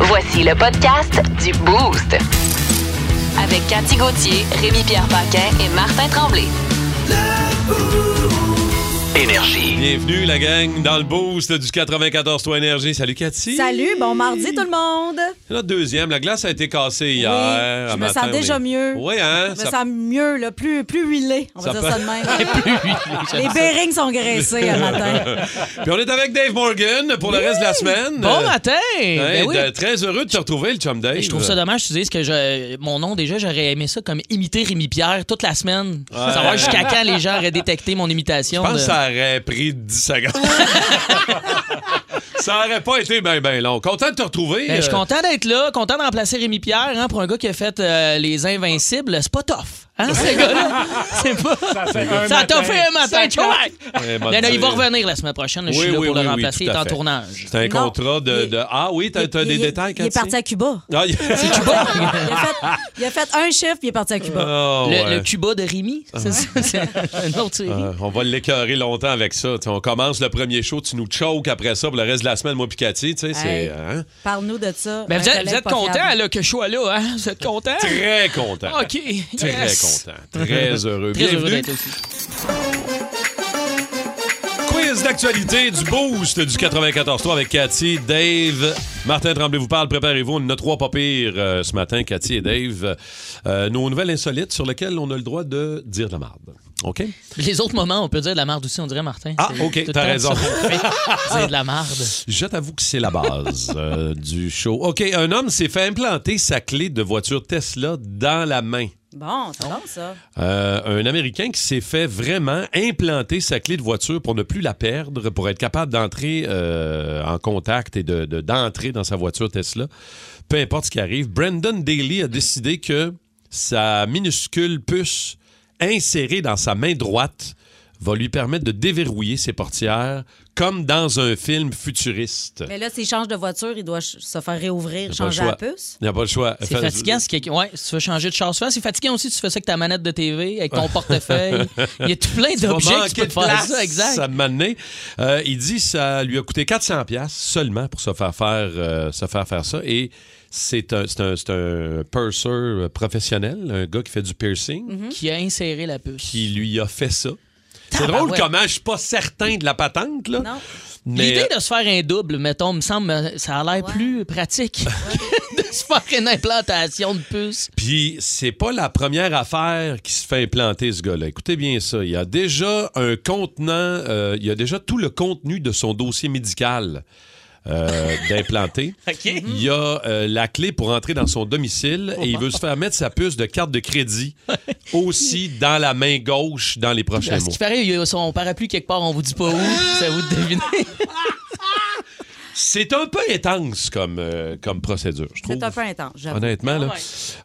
Voici le podcast du Boost. Avec Cathy Gauthier, Rémi-Pierre Paquin et Martin Tremblay. Énergie. Bienvenue la gang dans le boost du 94 Toi Énergie. Salut Cathy. Salut, bon mardi tout le monde. C'est notre deuxième. La glace a été cassée hier. oui, un je me matin, sens on déjà est- mieux. Oui, hein? Je me sens mieux, là, plus, plus huilé. On va Ça dire peut- ça de même. Les bearings sont graissés un matin. Puis on est avec Dave Morgan pour le reste de la semaine. Bon Euh, matin! ouais, Ben oui. de- Très heureux de te retrouver, le chum Dave. Je trouve ça dommage, tu dises que je, mon nom, déjà, j'aurais aimé ça comme imiter Rémi Pierre toute la semaine. Savoir jusqu'à quand les gens auraient détecté mon Je imitation. pense de- que ça aurait pris 10 secondes. ça aurait pas été bien, bien long. Content de te retrouver. Ben, je suis euh, content d'être là, content de remplacer Rémi Pierre hein, pour un gars qui a fait euh, Les Invincibles. C'est pas tough. Hein, ce gars-là? C'est pas. Ça a toffé un matin, tu vois. eh, m'a Ben là, dit- il va revenir la semaine prochaine. Je suis Oui, là oui, pour oui, le oui, remplacer. tout il est à en fait. tournage. C'est un Non. contrat de, Il- de- Ah oui, t'as t'as Il- des il- détails, Il est Cathy? parti à Cuba. Ah, il- Il a, fait, il a fait un chiffre, puis il est parti à Cuba. Ah, Le, ouais. le Cuba de Rémi, c'est ça? C'est un autre série. Euh, on va l'écœurer longtemps avec ça. Tu sais, on commence le premier show, tu nous choke après ça pour le reste de la semaine, moi puis Cathy. tu sais, c'est, Hey. hein? Parle-nous de ça. Ben, Un vous êtes, collègue vous êtes pas fiable. content là, que je sois là, hein? Vous êtes content? Très content. OK. Très yes. content. Très heureux. Très heureux Bienvenue. d'être aussi. Quiz d'actualité du Boost du 94-3 avec Cathy, Dave. Martin Tremblay vous parle. Préparez-vous. On en a trois pas pires euh, ce matin, Cathy et Dave. Euh, nos nouvelles insolites sur lesquelles on a le droit de dire de la marde. OK? Les autres moments, on peut dire de la marde aussi, on dirait Martin. Ah, C'est OK, tout le t'as temps raison. ça qu'on fait. C'est de la marde. Je t'avoue que c'est la base euh, du show. OK, un homme s'est fait implanter sa clé de voiture Tesla dans la main. Bon, c'est bon, ça. Euh, un Américain qui s'est fait vraiment implanter sa clé de voiture pour ne plus la perdre, pour être capable d'entrer euh, en contact et d'entrer de, d'entrer dans sa voiture Tesla. Peu importe ce qui arrive, Brandon Daly a décidé que sa minuscule puce insérée dans sa main droite va lui permettre de déverrouiller ses portières comme dans un film futuriste. Mais là, s'il change de voiture, il doit ch- se faire Il réouvrir, n'y a pas le changer choix. Euh, la puce. Il n'y a pas le choix. C'est Fait- fatigant si quelqu'un. Ouais, si tu veux changer de char souvent, c'est fatigant aussi si tu fais ça avec ta manette de TV, avec ton portefeuille. Il y a tout plein va d'objets que tu manquer peux de te faire place, ça, exact. Ça m'a donné. Euh, il dit que ça lui a coûté 400 pièces seulement pour se faire faire, euh, se faire, faire ça. Et c'est un, c'est un, c'est un purser professionnel, un gars qui fait du piercing, Mhm. Qui a inséré la puce. qui lui a fait ça. C'est Tabarouette. drôle comment je suis pas certain de la patente, là. Non. Mais euh, L'idée de se faire un double, mettons, me semble, euh, ça a l'air plus pratique que de se faire une implantation de puce. Puis c'est pas la première affaire qui se fait implanter ce gars-là. Écoutez bien ça. Il a déjà un contenant, euh, il a déjà tout le contenu de son dossier médical euh, d'implanter. Il a euh, la clé pour entrer dans son domicile et il veut se faire mettre sa puce de carte de crédit aussi dans la main gauche dans les prochains Parce mois. qu'il paraît, il y a son parapluie quelque part, on vous dit pas où, c'est à vous de deviner. C'est un peu intense comme, euh, comme procédure, je trouve. C'est un peu intense, j'avoue. Ah Honnêtement, là.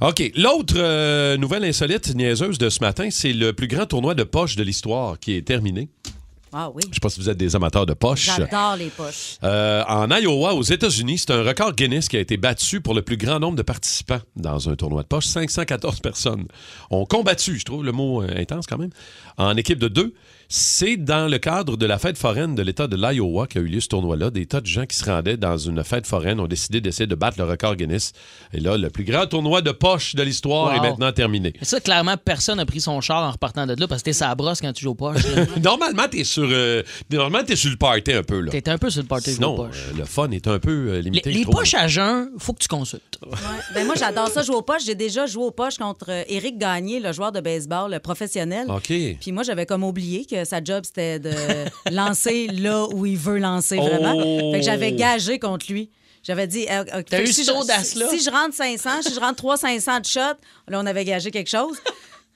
OK. L'autre euh, nouvelle insolite niaiseuse de ce matin, c'est le plus grand tournoi de poche de l'histoire qui est terminé. Ah oui. Je sais pas si vous êtes des amateurs de poche. J'adore les poches. Euh, en Iowa, aux États-Unis, c'est un record Guinness qui a été battu pour le plus grand nombre de participants dans un tournoi de poche. 514 personnes ont combattu, je trouve le mot euh, intense quand même, en équipe de deux. C'est dans le cadre de la fête foraine de l'État de l'Iowa qu'a eu lieu ce tournoi-là. Des tas de gens qui se rendaient dans une fête foraine ont décidé d'essayer de battre le record Guinness. Et là, le plus grand tournoi de poche de l'histoire Wow. est maintenant terminé. Mais ça, clairement, personne n'a pris son char en repartant de là parce que t'es sa brosse quand tu joues aux poches. Normalement, t'es sur, euh, normalement, t'es sur le party un peu là. T'es un peu sur le party de Sinon, aux poches. euh, le fun est un peu euh, Les, limité. les je trouve. poches à jeun, faut que tu consultes. Ouais. Ben moi, j'adore ça, jouer aux poches. J'ai déjà joué aux poches contre euh, Éric Gagné, le joueur de baseball, le professionnel. OK. Puis moi, j'avais comme oublié que sa job, c'était de lancer là où il veut lancer vraiment. Oh! Fait que j'avais gagé contre lui. J'avais dit, euh, euh, fait eu que si cette je- audace-là? Si je rentre 500, si je rentre 3 500 de shots, là, on avait gagé quelque chose.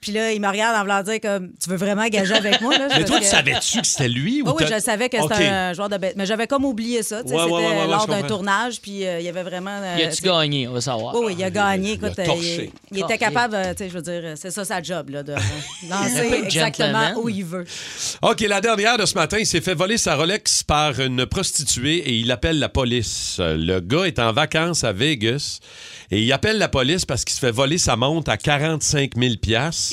Puis là, il me regarde en voulant dire comme, tu veux vraiment gager avec moi? Là? Mais Parce toi, que- Ah tu savais-tu que c'était lui? Ou Oui, oui, t'as- je savais que c'était OK. un joueur de bête. Mais j'avais comme oublié ça. tu sais, Ouais, ouais, c'était ouais, ouais, ouais, je lors d'un comprends. tournage, puis euh, il y avait vraiment. euh, Y tu a-tu sais, gagné, on va savoir. oui, oui, il a gagné. Écoute, il a euh, torché. il, il était Torché. capable, euh, tu sais, je veux dire, euh, c'est ça sa job, là, de euh, Un lancer peu de gentleman. exactement où il veut. OK, la dernière de ce matin, il s'est fait voler sa Rolex par une prostituée et il appelle la police. Euh, Le gars est en vacances à Vegas et il appelle la police parce qu'il se fait voler sa montre à 45 000 piastres.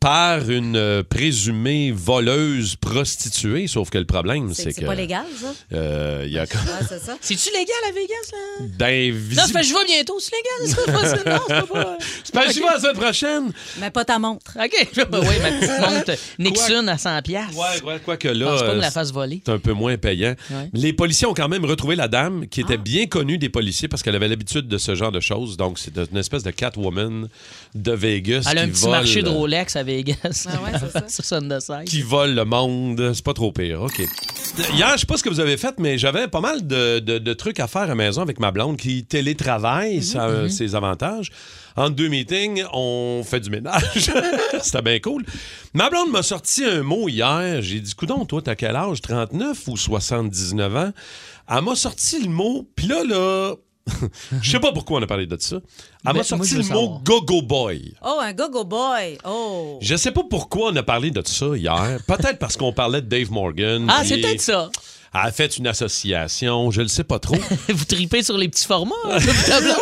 par une euh, présumée voleuse prostituée, sauf que le problème, C'est c'est c'est que... pas légal, ça? euh, il y a comme... Ouais, c'est ça. C'est-tu légal à Vegas, là? Ben, Non, visib- c'est parce que je vais bientôt, c'est légal, ça? Non, c'est pas... Tu peux suivre la semaine prochaine? Mais pas ta montre. OK, je vais pas... Oui, ma petite montre Nixon à 100 piastres. Ouais, ouais, quoi que Je là... pense pas euh, me la fasse voler. C'est un peu moins payant. Ouais. Ah. Les policiers ont quand même retrouvé la dame qui était bien connue des policiers parce qu'elle avait l'habitude de ce genre de choses. Donc, c'est une espèce de Catwoman de Vegas. Elle a un qui petit vole, marché de Rolex à Vegas. Ah ouais, c'est ça. Sur Sunday Qui vole le monde. C'est pas trop pire. OK. Hier, je sais pas ce que vous avez fait, mais j'avais pas mal de, de- de trucs à faire à la maison avec ma blonde qui télétravaille. Mhm, ça a ses avantages. En deux meetings, on fait du ménage. C'était bien cool. Ma blonde m'a sorti un mot hier. J'ai dit, coudon, toi, t'as quel âge? 39 ou 79 ans? Elle m'a sorti le mot, puis là, là, je sais pas pourquoi on a parlé de ça. Elle Ben, m'a moi, sorti je le veux mot gogo boy. Oh, un go-go boy. Oh. Je sais pas pourquoi on a parlé de ça hier. Peut-être parce qu'on parlait de Dave Morgan. Ah, c'est puis peut-être ça. Elle a fait une association, je le sais pas trop. Vous tripez sur les petits formats. probablement.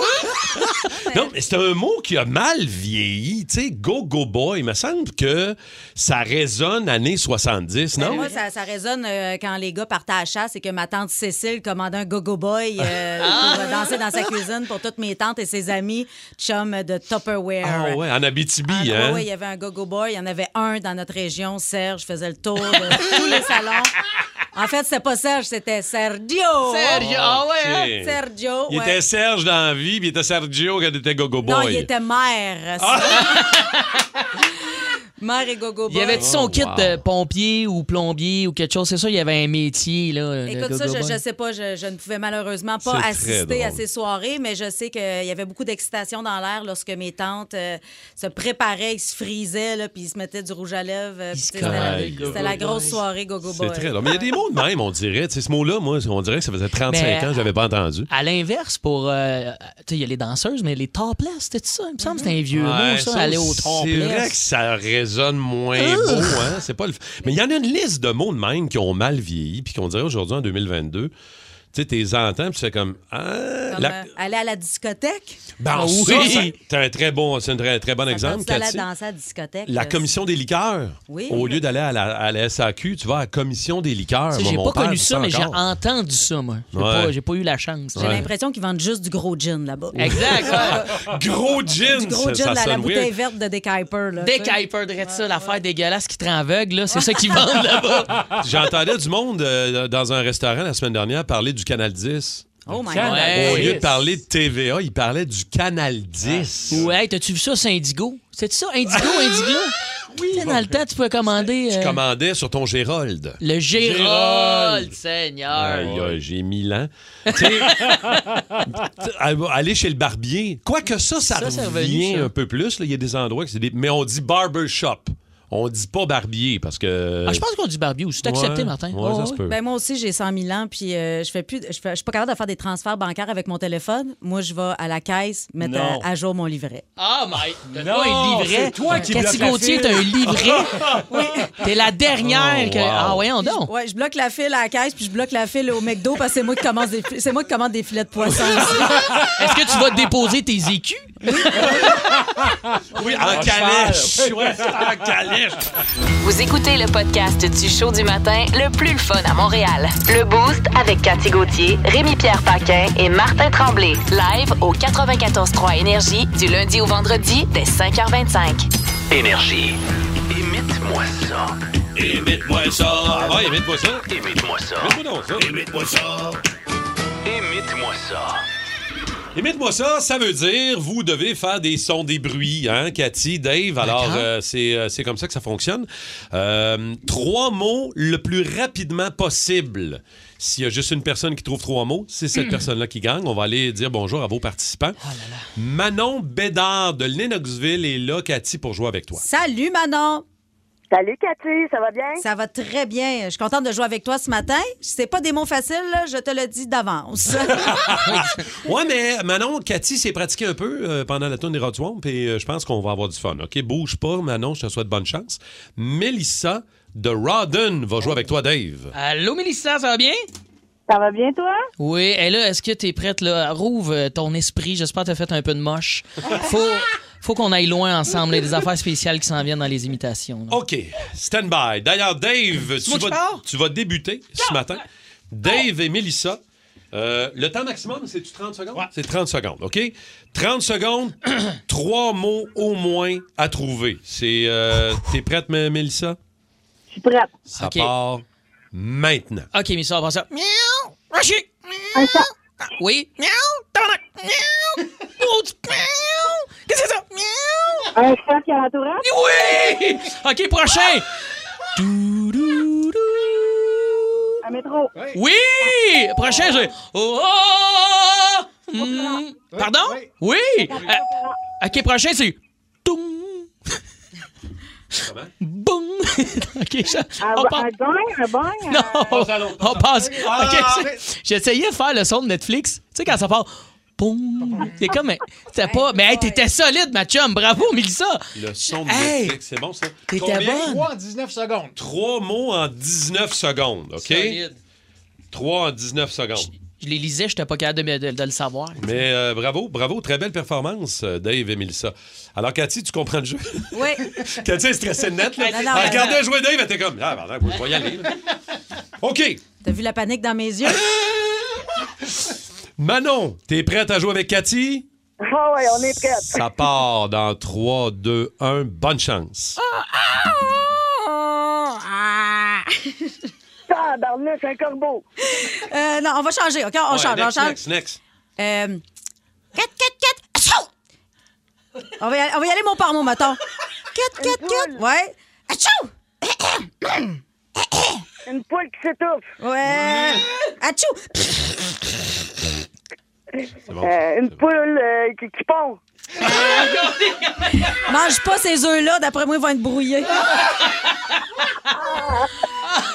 non, mais c'est un mot qui a mal vieilli. Tu sais, go, go boy. Il me semble que ça résonne années 70, Ben, non? Moi, ça, ça résonne euh, quand les gars partaient à la chasse et que ma tante Cécile commandait un go-go boy euh, pour euh, danser dans sa cuisine pour toutes mes tantes et ses amis chums de Tupperware. Ah ouais, en Abitibi, Ah, hein? ouais, ouais, il y avait un go-go boy. Il y en avait un dans notre région. Serge faisait le tour de tous les salons. En fait, c'était pas Serge, c'était Sergio. Sergio, ah ouais. hein? Ok. Sergio, Il ouais. était Serge dans la vie, puis il était Sergio quand il était go, go boy. Non, il était maire. Mère et gogo boy. Il y avait-tu son Oh, kit wow. de pompier ou plombier ou quelque chose? C'est sûr, il y avait un métier, là. le Écoute, ça, gogo je, boy. je sais pas, je, je ne pouvais malheureusement pas C'est très assister à drôle. ces soirées, mais je sais qu'il y avait beaucoup d'excitation dans l'air lorsque mes tantes euh, se préparaient, ils se frisaient, là, puis ils se mettaient du rouge à lèvres. euh, Ils puis se tu sais, C'était la- collaient, c'était la, gogo grosse boys. soirée gogo C'est boy. très drôle. Mais il y a des mots de même, on dirait. Tu sais, ce mot-là, moi, on dirait que ça faisait 35 Mais- ans que je l'avais pas entendu. À l'inverse, pour. euh, tu sais, il y a les danseuses, mais les topless, c'était ça? Il me semble que c'était un vieux Ouais, mot, ça, ça, aller au Ah! C'est vrai que topless. ça résonne moins beau, hein? C'est pas le... Mais il y en a une liste de mots de même qui ont mal vieilli, puis qu'on dirait aujourd'hui en 2022. Tu sais, t'es entends, puis c'est comme. Ah, Comme, la- euh, aller à la discothèque. Ben, Ah oui. oui! ça, c'est un très bon, c'est un très, très bon exemple, Quand tu allais Cathy. danser à la discothèque. La euh, commission des liqueurs. Oui. Au lieu d'aller à la, à la SAQ, tu vas à la commission des liqueurs. Tu sais, Moi, J'ai mon pas père connu dit ça, mais j'ai encore. entendu ça, moi. J'ai Ouais. pas- J'ai pas, eu la chance. J'ai l'impression qu'ils vendent juste du gros gin là-bas. Exact. ouais. Gros gin! Du gros ça- gin, ça la, la sonne bouteille weird. verte de Dick Hyper. Là, Dès tu sais. qu'Hyper dirait ça, l'affaire dégueulasse qui te rend aveugle, là, c'est ça qu'ils vendent là-bas. J'entendais du monde euh, dans un restaurant la semaine dernière parler du Canal 10. Oh my Tiens, God. Ouais. Au lieu de Yes. parler de TVA, il parlait du Canal 10. Ou, hey, t'as-tu vu ça, c'est Indigo? C'est ça, Indigo, Indigo? Oui. dans le temps, tu pouvais commander. euh, Tu commandais sur ton Gérold. Le Gérald, Gérald. Oh, Seigneur. Aïe, aïe, j'ai mille ans. Tu sais, aller chez le barbier. Quoique ça, ça, Ça, c'est revient revenu, ça. un peu plus. là. Il y a des endroits que c'est des... Mais on dit barbershop. On dit pas barbier parce que... Ah, je pense qu'on dit barbier aussi. C'est accepté, Ouais, Martin. ouais, ça se peut. Ben moi aussi, j'ai 100 000 ans, puis euh, je fais plus, je, fais- je suis pas capable de faire des transferts bancaires avec mon téléphone. Moi, je vais à la caisse mettre euh, Non. à, à jour mon livret. Ah, my. T'as Non, pas un livret. c'est toi qui Cathy bloques la Gauthier, file. t'as un livret. T'es la dernière Oh, que. wow. Ah, voyons donc. Ouais, je bloque la file à la caisse, puis je bloque la file au McDo parce que c'est moi qui commence des, fi- c'est moi qui commande des filets de poisson. Est-ce que tu vas déposer tes écus? Oui, en calèche. Ouais, en calèche. Vous écoutez le podcast du show du matin le plus le fun à Montréal. Le Boost avec Cathy Gauthier, Rémi-Pierre Paquin et Martin Tremblay. Live au 94.3 Énergie du lundi au vendredi dès 5h25. Énergie. Imite-moi ça. Imite-moi ça. Ah ouais, imite-moi ça. Imite-moi ça. Imite-moi donc ça. Imite-moi ça. Imite-moi ça. Imite-moi ça, ça veut dire vous devez faire des sons, des bruits, hein, Cathy, Dave. Alors, D'accord. euh, c'est euh, c'est comme ça que ça fonctionne. Euh, trois mots le plus rapidement possible. S'il y a juste une personne qui trouve trois mots, c'est cette personne-là qui gagne. On va aller dire bonjour à vos participants. Manon Bédard de Lennoxville est là, Cathy, pour jouer avec toi. Salut Manon, Salut Cathy, ça va bien? ça va très bien. Je suis contente de jouer avec toi ce matin. C'est pas des mots faciles, là, je te le dis d'avance. Ouais, mais Manon, Cathy s'est pratiquée un peu euh, pendant la tournée des Rod Swamp et euh, je pense qu'on va avoir du fun. OK, bouge pas, Manon, je te souhaite bonne chance. Mélissa de Rodden va jouer avec toi, Dave. Allô, Mélissa, ça va bien? Ça va bien toi? Oui, et là, est-ce que t'es prête, là? Rouvre euh, ton esprit. J'espère que t'as fait un peu de moche. Faut. faut qu'on aille loin ensemble. Il y a des affaires spéciales qui s'en viennent dans les imitations. là. OK, stand by. D'ailleurs, Dave, tu moi qui vas, parle? tu vas débuter ce matin. Dave et Mélissa. euh, le temps maximum, c'est-tu 30 secondes? C'est 30 secondes, OK? 30 secondes, trois mots au moins à trouver. C'est, euh, T'es prête, M- Mélissa? Je suis prête. Ça OK. part maintenant. OK, mais ça, on va ça. Miaou! Roshi! Un chat. Oui? Miaou! Tabarnak! Miaou! Oh, tu- Miaou! Qu'est-ce que c'est ça? Miaou! Un chat qui a un tourette. Oui! OK, prochain! Dou, dou, dou. Un métro. Oui! Prochain, j'ai. Oh! oh, Mm. oh. Hmm. Pardon? Oui! Euh, ok, prochain, c'est. Toum! Boum! ok, ça. Un, On part. un gong, un bang. Oh, Non! un- On passe. Ah, Ok, c'est- j'essayais de faire le son de Netflix. Tu sais, quand ça part. Boum! C'est comme. un- C'était pas. Mais hey, t'étais solide, ma chum! Bravo, Mélissa! Le son de Hey! Netflix, c'est bon, ça? T'étais Combien? bonne! 3 en 19 secondes. Trois mots en 19 secondes, OK? Solide. Trois en 19 secondes. Je les lisais, j'étais pas capable de, me- de- de le savoir. Mais euh, bravo, bravo, très belle performance, euh, Dave et Mélissa. Alors, Cathy, tu comprends le jeu? Oui. Cathy est stressée de net, là. Non, non, elle non, regardait jouer Dave, elle était comme, ah, pardon, je vais y aller. là. OK, T'as vu la panique dans mes yeux? Manon, t'es prête à jouer avec Cathy? Ah ouais, on est prête. Ça part dans 3, 2, 1, bonne Ah! chance. Ah. Ah, dans le nez, c'est un corbeau. Euh, non, on va changer, OK? On Ouais, change, next, on change. next, next. Euh, 4, 4, 4. On va, y aller, on va y aller mot par mot, mettons. 4, 4, 4. Ouais. Achou! Une poule qui s'étouffe. Ouais. Achou! C'est bon. Euh, une poule euh, qui, qui pond. Mange pas ces œufs-là, d'après moi, ils vont être brouillés. Ah.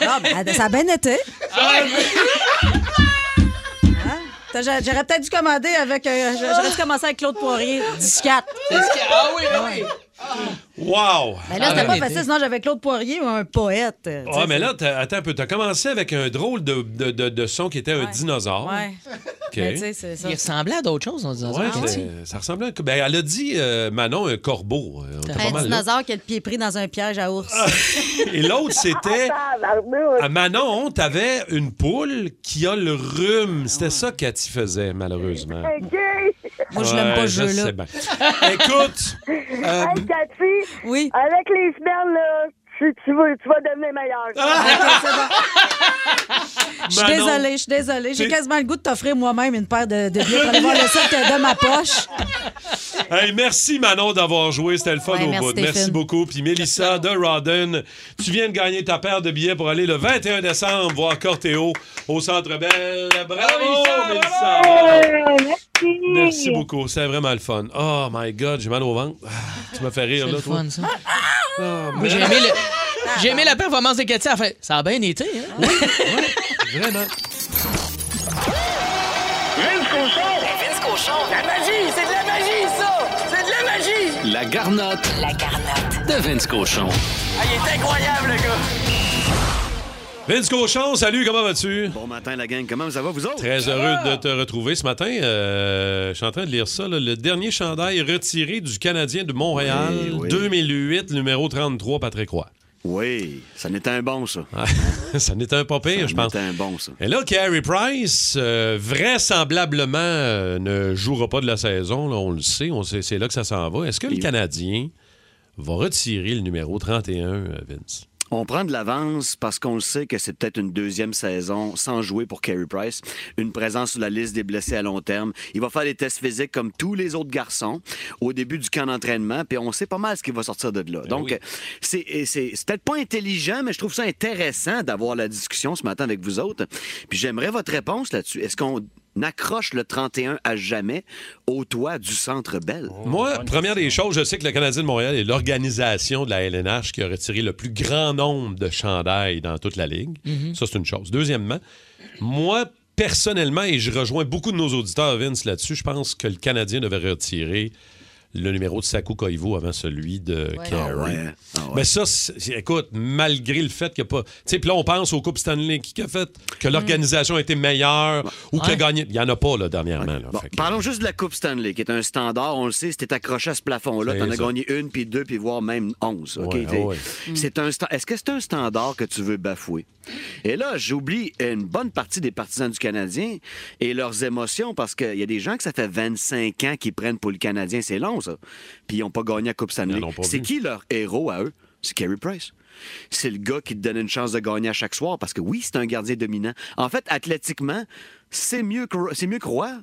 Non, ben, ça a bien été. Ah Hein? T'as- j'a- J'aurais peut-être dû commander avec. euh, J'aurais dû commencer avec Claude Poirier, 10-4. Ah oui, ah oui! Wow! Mais là, c'était Ah, pas ben, facile, sinon j'avais Claude Poirier ou un poète. tu sais, Ah, mais c'est- là, t'as- attends un peu. T'as commencé avec un drôle de, de, de- de son qui était un dinosaure. Ouais. OK. Mais tu sais, c'est ça. Il ressemblait à d'autres choses, on disait. ah, Ouais, Ah, c'est- ça ressemblait à un co- ben, Elle a dit, euh, Manon, un corbeau. Euh, on était pas Un mal là. dinosaure qui a le pied pris dans un piège à ours. Et l'autre, c'était... Ah, dans le nez. À Manon, t'avais une poule qui a le rhume. C'était ça qu'Ati faisait, malheureusement. OK. Hey, Moi, je l'aime pas, Ouais, ce jeu-là. sais bien. Écoute, euh, Cathy, Oui. avec les semaines, là, tu, tu, vas, tu vas devenir meilleure. Ah, Je suis Manon, désolée, je suis désolée. J'ai T'es- quasiment le goût de t'offrir moi-même une paire de, de billets pour aller voir le cirque de ma poche. hey, merci Manon d'avoir joué, c'était le fun Ouais, au merci, bout. Stéphane. Merci beaucoup. Puis Mélissa de Rodden, tu viens de gagner ta paire de billets pour aller le 21 décembre voir Corteo au Centre Bell. Bravo Mélissa! Euh, merci. Merci beaucoup, c'est vraiment le fun. Oh my God, j'ai mal au ventre. Ah, Tu m'as fait rire C'est là. le toi. fun, ça. Ah, Moi, J'ai aimé, le- j'ai aimé la performance de Cathy. Elle fait, ça a bien été. Hein? Vraiment. Vince Cochon, La garnotte la garnotte. Ah, de Vince Cochon. Vince Cochon, salut, comment vas-tu? Bon matin, la gang. Comment ça va, vous autres? Très heureux de te retrouver ce matin. Euh, je suis en train de lire ça. là. Le dernier chandail retiré du Canadien de Montréal, Oui, oui. 2008, numéro 33, Patrick Roy. Oui, ça n'était un bon, ça. Ah, ça n'était un pas pire, je pense. C'était un bon, ça. Et là, Carey Price, euh, vraisemblablement, euh, ne jouera pas de la saison. là, on le sait, on sait c'est là que ça s'en va. Est-ce que le Et- Canadien va retirer le numéro 31, euh, Vince? On prend de l'avance parce qu'on le sait que c'est peut-être une deuxième saison sans jouer pour Carey Price. Une présence sur la liste des blessés à long terme. Il va faire des tests physiques comme tous les autres garçons au début du camp d'entraînement, puis on sait pas mal ce qui va sortir de là. Donc, Ben oui. c'est et c'est- c'est peut-être pas intelligent, mais je trouve ça intéressant d'avoir la discussion ce matin avec vous autres. Puis j'aimerais votre réponse là-dessus. Est-ce qu'on accroche le 31 à jamais au toit du Centre Bell? Moi, première des choses, je sais que le Canadien de Montréal est l'organisation de la LNH qui a retiré le plus grand nombre de chandails dans toute la ligue. Ça, c'est une chose. Deuxièmement, moi, personnellement, et je rejoins beaucoup de nos auditeurs, Vince, là-dessus, je pense que le Canadien devait retirer le numéro de Saku Koivu avant celui de Ouais. Carey. Ah ouais, ah ouais. Mais ça, c'est- écoute, malgré le fait qu'il n'y a pas. Tu sais, puis là, on pense aux Coupes Stanley qui a fait que l'organisation a été meilleure ou qu'il a Ouais. gagné. Il n'y en a pas, là, dernièrement. là. Bon, Fait que- parlons juste de la Coupe Stanley, qui est un standard, on le sait, c'était accroché à ce plafond-là. C'est T'en as ça. gagné une, puis deux, puis voire même onze. ok, Ouais, t'sais. ouais. C'est un sta- Est-ce que c'est un standard que tu veux bafouer? Et là, j'oublie une bonne partie des partisans du Canadien et leurs émotions, parce qu'il y a des gens que ça fait 25 ans qu'ils prennent pour le Canadien, c'est long, ça. Puis ils n'ont pas gagné la Coupe Stanley. Ils l'ont pas C'est vu. qui leur héros à eux? C'est Carey Price. C'est le gars qui te donne une chance de gagner à chaque soir parce que oui, c'est un gardien dominant. En fait, athlétiquement, c'est mieux que, c'est mieux que Roy. C'est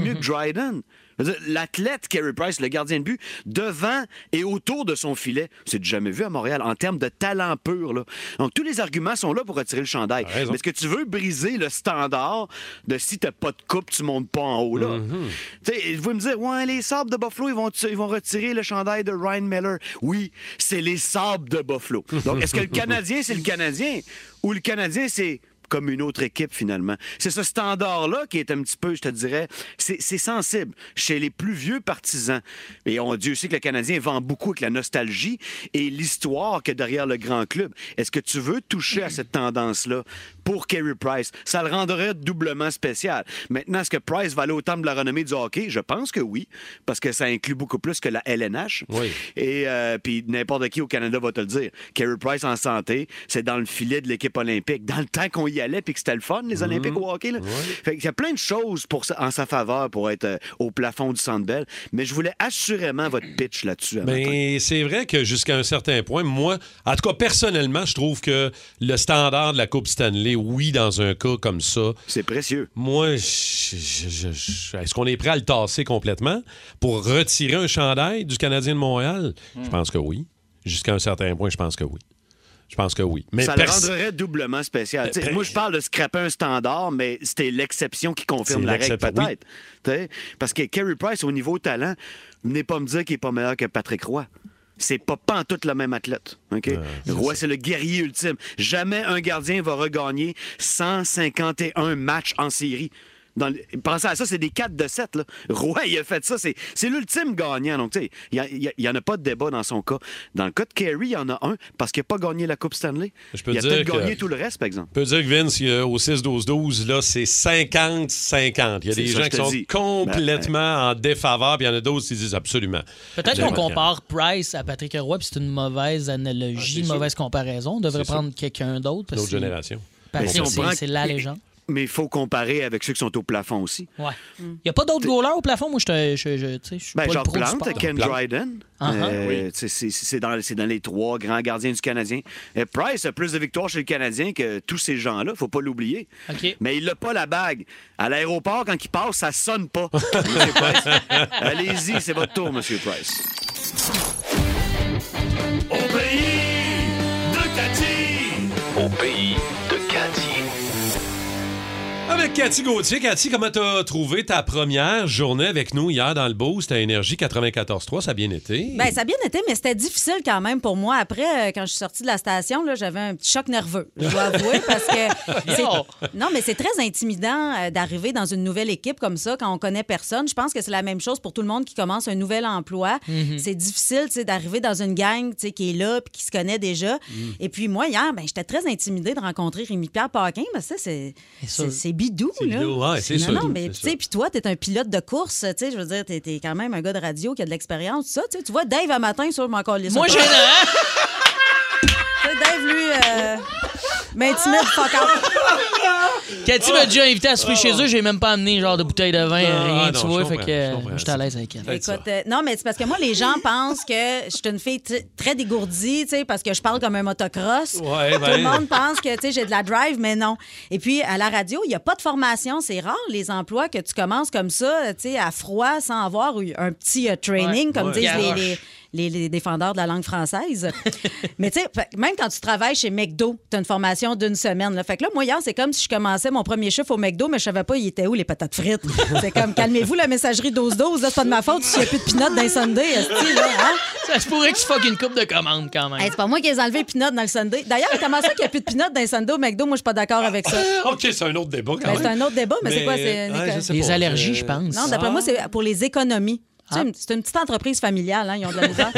mieux que Mm-hmm. Dryden. Je veux dire, L'athlète Carey Price, le gardien de but, devant et autour de son filet, c'est du jamais vu à Montréal en termes de talent pur. là. Donc, tous les arguments sont là pour attirer le chandail. T'as raison. Mais est-ce que tu veux briser le standard de si t'as pas de coupe, tu montes pas en haut, là? Mm-hmm. Tu sais, Vous me dire, ouais, les sables de Buffalo, ils vont, ils vont retirer le chandail de Ryan Miller. Oui, c'est les sables de Buffalo. Donc, est-ce que le Canadien, c'est le Canadien? Ou le Canadien, c'est comme une autre équipe, finalement. C'est ce standard-là qui est un petit peu, je te dirais, c'est c'est sensible chez les plus vieux partisans. Et on, Dieu sait que le Canadien vend beaucoup avec la nostalgie et l'histoire que derrière le grand club. Est-ce que tu veux toucher à cette tendance-là pour Carey Price? Ça le rendrait doublement spécial. Maintenant, est-ce que Price va aller au temple de la renommée du hockey? Je pense que oui, parce que ça inclut beaucoup plus que la LNH. Oui. Et euh, puis n'importe qui au Canada va te le dire. Carey Price en santé, c'est dans le filet de l'équipe olympique. Dans le temps qu'on y allait, puis que c'était le fun, les Olympiques au hockey. Là. Fait qu'il y a plein de choses pour ça- en sa faveur pour être euh, au plafond du Centre Bell. Mais je voulais assurément votre pitch là-dessus. à matin. Mais c'est vrai que jusqu'à un certain point, moi, en tout cas, personnellement, je trouve que le standard de la Coupe Stanley, oui, dans un cas comme ça, C'est précieux. moi, je- je- je- je- est-ce qu'on est prêt à le tasser complètement pour retirer un chandail du Canadien de Montréal? Hmm. Je pense que oui. Jusqu'à un certain point, je pense que oui. Je pense que oui. Mais ça le pers- rendrait doublement spécial. Tu sais, Ben, moi, je parle de scraper un standard, mais c'était l'exception qui confirme C'est la règle, l'exception, oui. peut-être. Tu sais, Parce que Carey Price, au niveau talent, venez pas me dire qu'il est pas meilleur que Patrick Roy. C'est pas pas en tout le même athlète. OK? Roy, c'est le guerrier ultime. Jamais un gardien va regagner 151 matchs en série. Dans le- Pensez à ça, c'est des 4 de 7. Là. Roy, il a fait ça. C'est, c'est l'ultime gagnant. Donc, tu sais, il y a- il y a- il y en a pas de débat dans son cas. Dans le cas de Kerry, il y en a un parce qu'il n'a pas gagné la Coupe Stanley. Je peux il a dire peut-être que- gagné tout le reste, par exemple. Je peux dire que Vince, il y a- au 6-12-12, là, c'est 50-50. Il y a C'est des ça, gens je qui te sont dis. Ben, complètement en défaveur, puis il y en a d'autres qui disent absolument. Peut-être Absolument. qu'on compare Price à Patrick Roy, puis c'est une mauvaise analogie, Ah, c'est une sûr. mauvaise comparaison. On devrait C'est prendre quelqu'un d'autre. parce D'autres que générations. Patrick, Mais si on c'est prend- c'est la légende. Mais il faut comparer avec ceux qui sont au plafond aussi. Ouais. Il Mm. n'y a pas d'autres goalers au plafond. Moi, je te- je- je- tu sais, je suis Ben, pas le Jean pro du Plante, sport. Ken Plante. Dryden, Ah, ah, euh, tu sais, c'est c'est dans, c'est dans les trois grands gardiens du Canadien. Euh, Price a plus de victoires chez le Canadien que tous ces gens-là, faut pas l'oublier. OK. Mais il n'a pas la bague. À l'aéroport, quand il passe, ça sonne pas. Monsieur Price. Allez-y, c'est votre tour, Monsieur Price. Au pays de Cathy. Avec Cathy Gauthier. Cathy, comment t'as trouvé ta première journée avec nous hier dans le Boost à Énergie 94.3? Ça a bien été? Ben, ça a bien été, mais c'était difficile quand même pour moi. Après, euh, quand je suis sortie de la station, là, j'avais un petit choc nerveux, je dois avouer, parce que... c'est- Yo! Non, mais c'est très intimidant euh, d'arriver dans une nouvelle équipe comme ça quand on connaît personne. Je pense que c'est la même chose pour tout le monde qui commence un nouvel emploi. C'est difficile tu sais, d'arriver dans une gang tu sais, qui est là puis qui se connaît déjà. Et puis moi, hier, ben, j'étais très intimidée de rencontrer Rémi-Pierre Paquin, mais ça, c'est C'est sûr. c'est- c'est bidou. C'est là. bidou, ouais, c'est non, sûr, non, mais c'est tu sûr. sais, puis toi, t'es un pilote de course, tu sais, je veux dire, t'es es quand même un gars de radio qui a de l'expérience, tout ça. Tu sais, tu vois, Dave, un matin, sur mon collier. Moi, j'ai. hein? Dave, lui, euh, m'intimide fuck out. Cathy m'a déjà invité à souper chez eux. J'ai même pas amené genre de bouteille de vin, Ah, rien, ah, tu non, vois. je Fait que comprends, je euh, comprends. moi, j'étais à l'aise avec elle. Peut-être Écoute, euh, non, mais c'est parce que moi, les gens pensent que je suis une fille tr- très dégourdie, tu sais, parce que je parle comme un motocross. Ouais, ben- Tout le monde pense que, tu sais, j'ai de la drive, mais non. Et puis, à la radio, il n'y a pas de formation. C'est rare, les emplois, que tu commences comme ça, tu sais, à froid, sans avoir eu un petit euh, training, comme Ouais. disent les- Garoche. les, les, les défendeurs de la langue française. Mais tu sais, fait- même quand tu travailles chez McDo, tu as une formation d'une semaine. Là. Fait que là, moi, hier, c'est comme si je commençais mon premier chiffre au McDo, mais je savais pas, il était où les patates frites. c'est comme, calmez-vous, la messagerie 12-12, là, c'est pas de ma faute s'il n'y a plus de peanuts dans les Sunday, esti, là, hein? Ça se pourrait que tu fuck une coupe de commande quand même. Hey, c'est pas moi qui ai enlevé les peanuts dans le Sunday. D'ailleurs, comment ça qu'il n'y a plus de peanuts dans les Sunday au McDo? Moi, je suis pas d'accord avec ça. OK, c'est un autre débat quand Ben, même. c'est un autre débat, mais, c'est quoi? ouais, C'est je Ah. sais Les pas, allergies, euh, je pense. Ah. Non, d'après moi, c'est pour les économies. C'est une- c'est une petite entreprise familiale, hein, ils ont de la misère.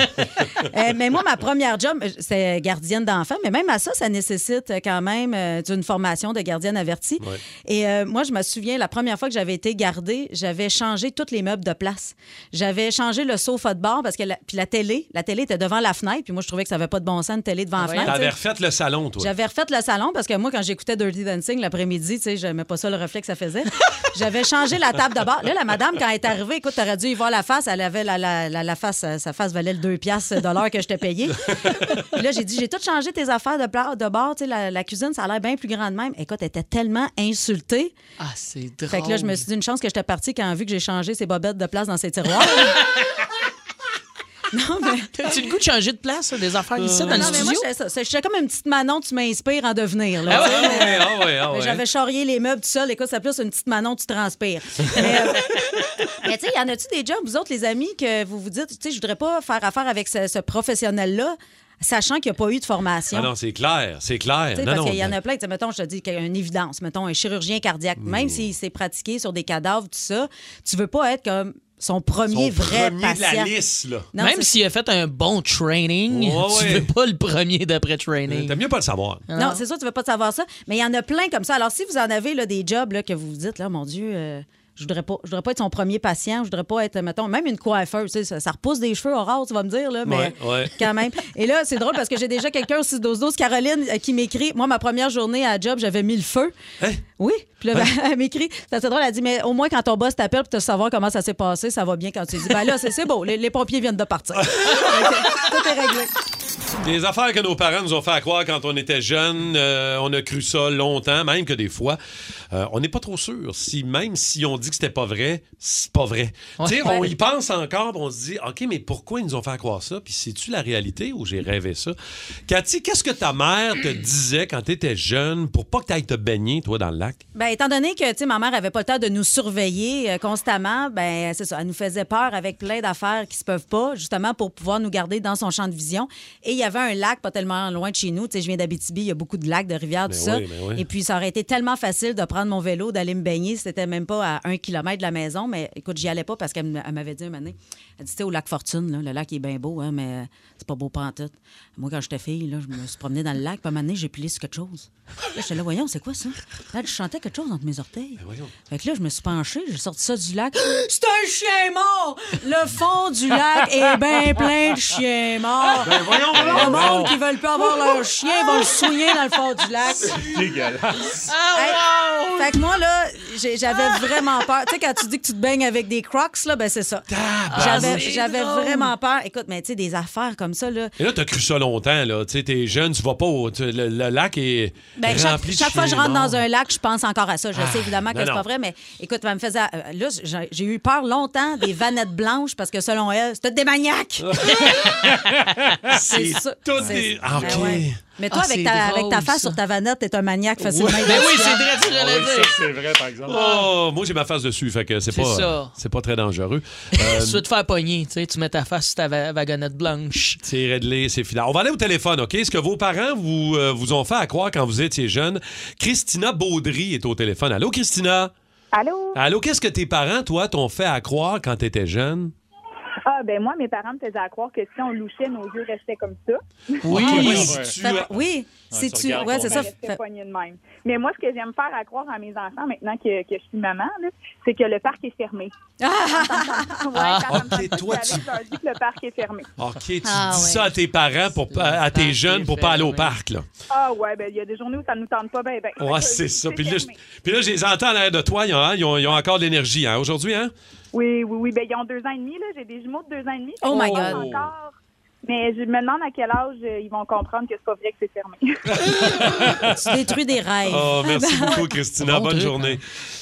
Euh, mais moi, ma première job, euh, c'est gardienne d'enfants, mais même à ça, ça nécessite euh, quand même euh, d'une formation de gardienne avertie. Ouais. Et euh, moi, je me souviens, la première fois que j'avais été gardée, j'avais changé tous les meubles de place. J'avais changé le sofa de bord parce que la, puis la télé, la télé était devant la fenêtre, puis moi, je trouvais que ça n'avait pas de bon sens une télé devant la Ouais. fenêtre. tu Ah, T'avais sais. refait le salon, toi. J'avais refait le salon parce que moi, quand j'écoutais Dirty Dancing l'après-midi, tu sais, j'aimais pas ça le reflet que ça faisait. J'avais changé la table de bord. Là, la madame, quand elle est arrivée, écoute, t'aurais dû y voir la face. Elle avait la, la, la, la face, euh, sa face valait le 2 piastres de l'heure que je te payais. Puis là, j'ai dit, j'ai tout changé tes affaires de, pla- de bord. Tu sais, la, la cuisine, ça a l'air bien plus grande même. Écoute, elle était tellement insultée. Ah, c'est drôle. Fait que là, je me suis dit, une chance que j'étais partie quand vu que j'ai changé ses bobettes de place dans ses tiroirs. non, mais... T'as-tu le goût de changer de place, là, des affaires ici, dans le Euh, Non, mais moi, studio? j'étais ça. J'étais comme une petite Manon, tu m'inspires en devenir. là, tu sais. Ah ouais, ah ouais, ah Mais ouais. J'avais charrié les meubles tout seul. Écoute, c'est plus une petite Manon, tu transpires. mais euh, mais tu sais, y en a-tu des jobs, vous autres, les amis, que vous vous dites, tu sais, je voudrais pas faire affaire avec ce, ce professionnel-là, sachant qu'il n'y a pas eu de formation? Ah non, c'est clair, c'est clair. Tu sais, Non, parce non, qu'il y en mais- a plein, tu sais, mettons, je te dis qu'il y a une évidence, mettons, un chirurgien cardiaque, Mm. même s'il s'est pratiqué sur des cadavres, tout ça, tu veux pas être comme son premier Son vrai premier de patient. la liste, là. Non, Même c'est- s'il a fait un bon training, Ouais, tu ouais. veux pas le premier d'après-training. T'as mieux pas le savoir. Non, c'est sûr, tu veux pas savoir ça. Mais il y en a plein comme ça. Alors, si vous en avez là, des jobs là, que vous vous dites, là, mon Dieu, euh, je voudrais pas, je voudrais pas être son premier patient, je voudrais pas être, mettons, même une coiffeuse, tu sais, ça, ça repousse des cheveux horreurs, tu vas me dire, là, mais Ouais, ouais. quand même. Et là, c'est drôle parce que j'ai déjà quelqu'un au 6-12-12, Caroline, euh, qui m'écrit, moi, ma première journée à job, j'avais mis le feu. Hein? Oui, puis là, ben, elle m'écrit, c'est assez drôle, elle dit, mais au moins quand ton boss t'appelle pour te savoir comment ça s'est passé, ça va bien quand tu dis, ben là, c'est c'est beau, les, les pompiers viennent de partir. Donc, euh, Tout est réglé. Des affaires que nos parents nous ont fait à croire quand on était jeunes, euh, on a cru ça longtemps, même que des fois, euh, on n'est pas trop sûr. Si, même si on dit que c'était pas vrai, c'est pas vrai. Tu sais, on y pense encore, puis on se dit, OK, mais pourquoi ils nous ont fait croire ça? Puis c'est-tu la réalité ou j'ai rêvé ça? Cathy, qu'est-ce que ta mère te disait quand tu étais jeune pour pas que tu ailles te baigner, toi, dans le lac? Ben, étant donné que tu sais, ma mère avait pas le temps de nous surveiller euh, constamment, ben c'est ça, elle nous faisait peur avec plein d'affaires qui se peuvent pas, justement pour pouvoir nous garder dans son champ de vision. Et il y avait un lac pas tellement loin de chez nous. Tu sais, je viens d'Abitibi, il y a beaucoup de lacs, de rivières, tout Ben ça. oui, ben oui. Et puis ça aurait été tellement facile de prendre mon vélo, d'aller me baigner. C'était même pas à un kilomètre de la maison, mais écoute, j'y allais pas parce qu'elle m- elle m'avait dit un moment donné, elle dit, Tu sais, au lac Fortune, là, le lac il est bien beau, hein, mais c'est pas beau pantoute. Moi, quand j'étais fille, là, je me suis promenée dans le lac, puis à un moment donné, j'ai pilé sur quelque chose. Là, j'étais là, voyons, c'est quoi ça? Là, je chantais quelque chose entre mes Ben orteils. Fait que là, je me suis penchée, j'ai sorti ça du lac. C'est un chien mort! Le fond du lac est bien plein de chiens morts. Ben voyons le monde qui veulent pas avoir leur chien va le souiller dans le fond du lac. Ah, Hey, Fait que moi, là, j'ai- j'avais vraiment peur. Tu sais, quand tu dis que tu te baignes avec des crocs, là, ben c'est ça. J'avais c'est j'avais drôle. vraiment peur. Écoute, mais tu sais, des affaires comme ça, là. Et là, t'as cru ça longtemps, là. Tu sais, t'es jeune, tu vas pas au. tu- le, le lac est. Ben, rempli chaque de chaque fois que je chiens rentre dans morts. un lac, je pense encore à ça. Je sais évidemment que non, c'est non. pas vrai, mais écoute, elle me faisait. euh, Là, j'ai- j'ai eu peur longtemps des vanettes blanches parce que selon elle, c'était des maniaques. c'est ça. toutes C'est- des- Ah, Ben OK. ouais. Mais toi, Ah, avec, c'est ta, avec drôle, ta face ça. sur ta vanette, t'es un maniaque Ouais. facilement. Ben oui, c'est vrai, Ah tu l'avais Ça, dit. c'est vrai, par exemple. Oh, moi j'ai ma face dessus, fait que c'est C'est pas ça. c'est pas très dangereux. Euh, Tu veux te faire pogner, tu sais, tu mets ta face sur ta va- wagonnette blanche. C'est réglé, c'est final. On va aller au téléphone, OK? Ce que vos parents vous, euh, vous ont fait à croire quand vous étiez jeune. Christina Baudry est au téléphone. Allô, Christina? Allô? Allô, qu'est-ce que tes parents, toi, t'ont fait à croire quand t'étais jeune? Ah, ben moi, mes parents me faisaient à croire que si on louchait, nos yeux restaient comme ça. Oui. Tu- Fait- Oui, si tu tu. regardes Ouais, ton c'est Ça ça. mec. restait Fait- poignés de même. Mais moi, ce que j'aime faire à croire à mes enfants, maintenant que, que je suis maman, là, c'est que le parc est fermé. ouais, Ah, quand ça me ok, fait toi, tu- chialer, je leur dis que le parc est fermé. OK, tu Ah, dis ouais. ça à tes parents, pour, pas- à, tes parc jeunes, est pour pas aller au fermé. parc, là. Ah, ouais, ben il y a des journées où ça ne nous tente pas, ben, ben. Ouais, c'est ça. Puis là, je, fermé. puis là, je les entends à l'air de toi, ils ont, hein, ils ont- ils ont encore de l'énergie, hein, aujourd'hui, hein? Oui, oui, oui. Ben, ils ont deux ans et demi, là. J'ai des jumeaux de deux ans et demi. Oh my Ils God. comprennent Encore. Mais je me demande à quel âge euh, ils vont comprendre que c'est pas vrai que c'est fermé. Tu détruis des rêves. Oh, merci beaucoup, Christina. Bon Bonne truc, hein. journée.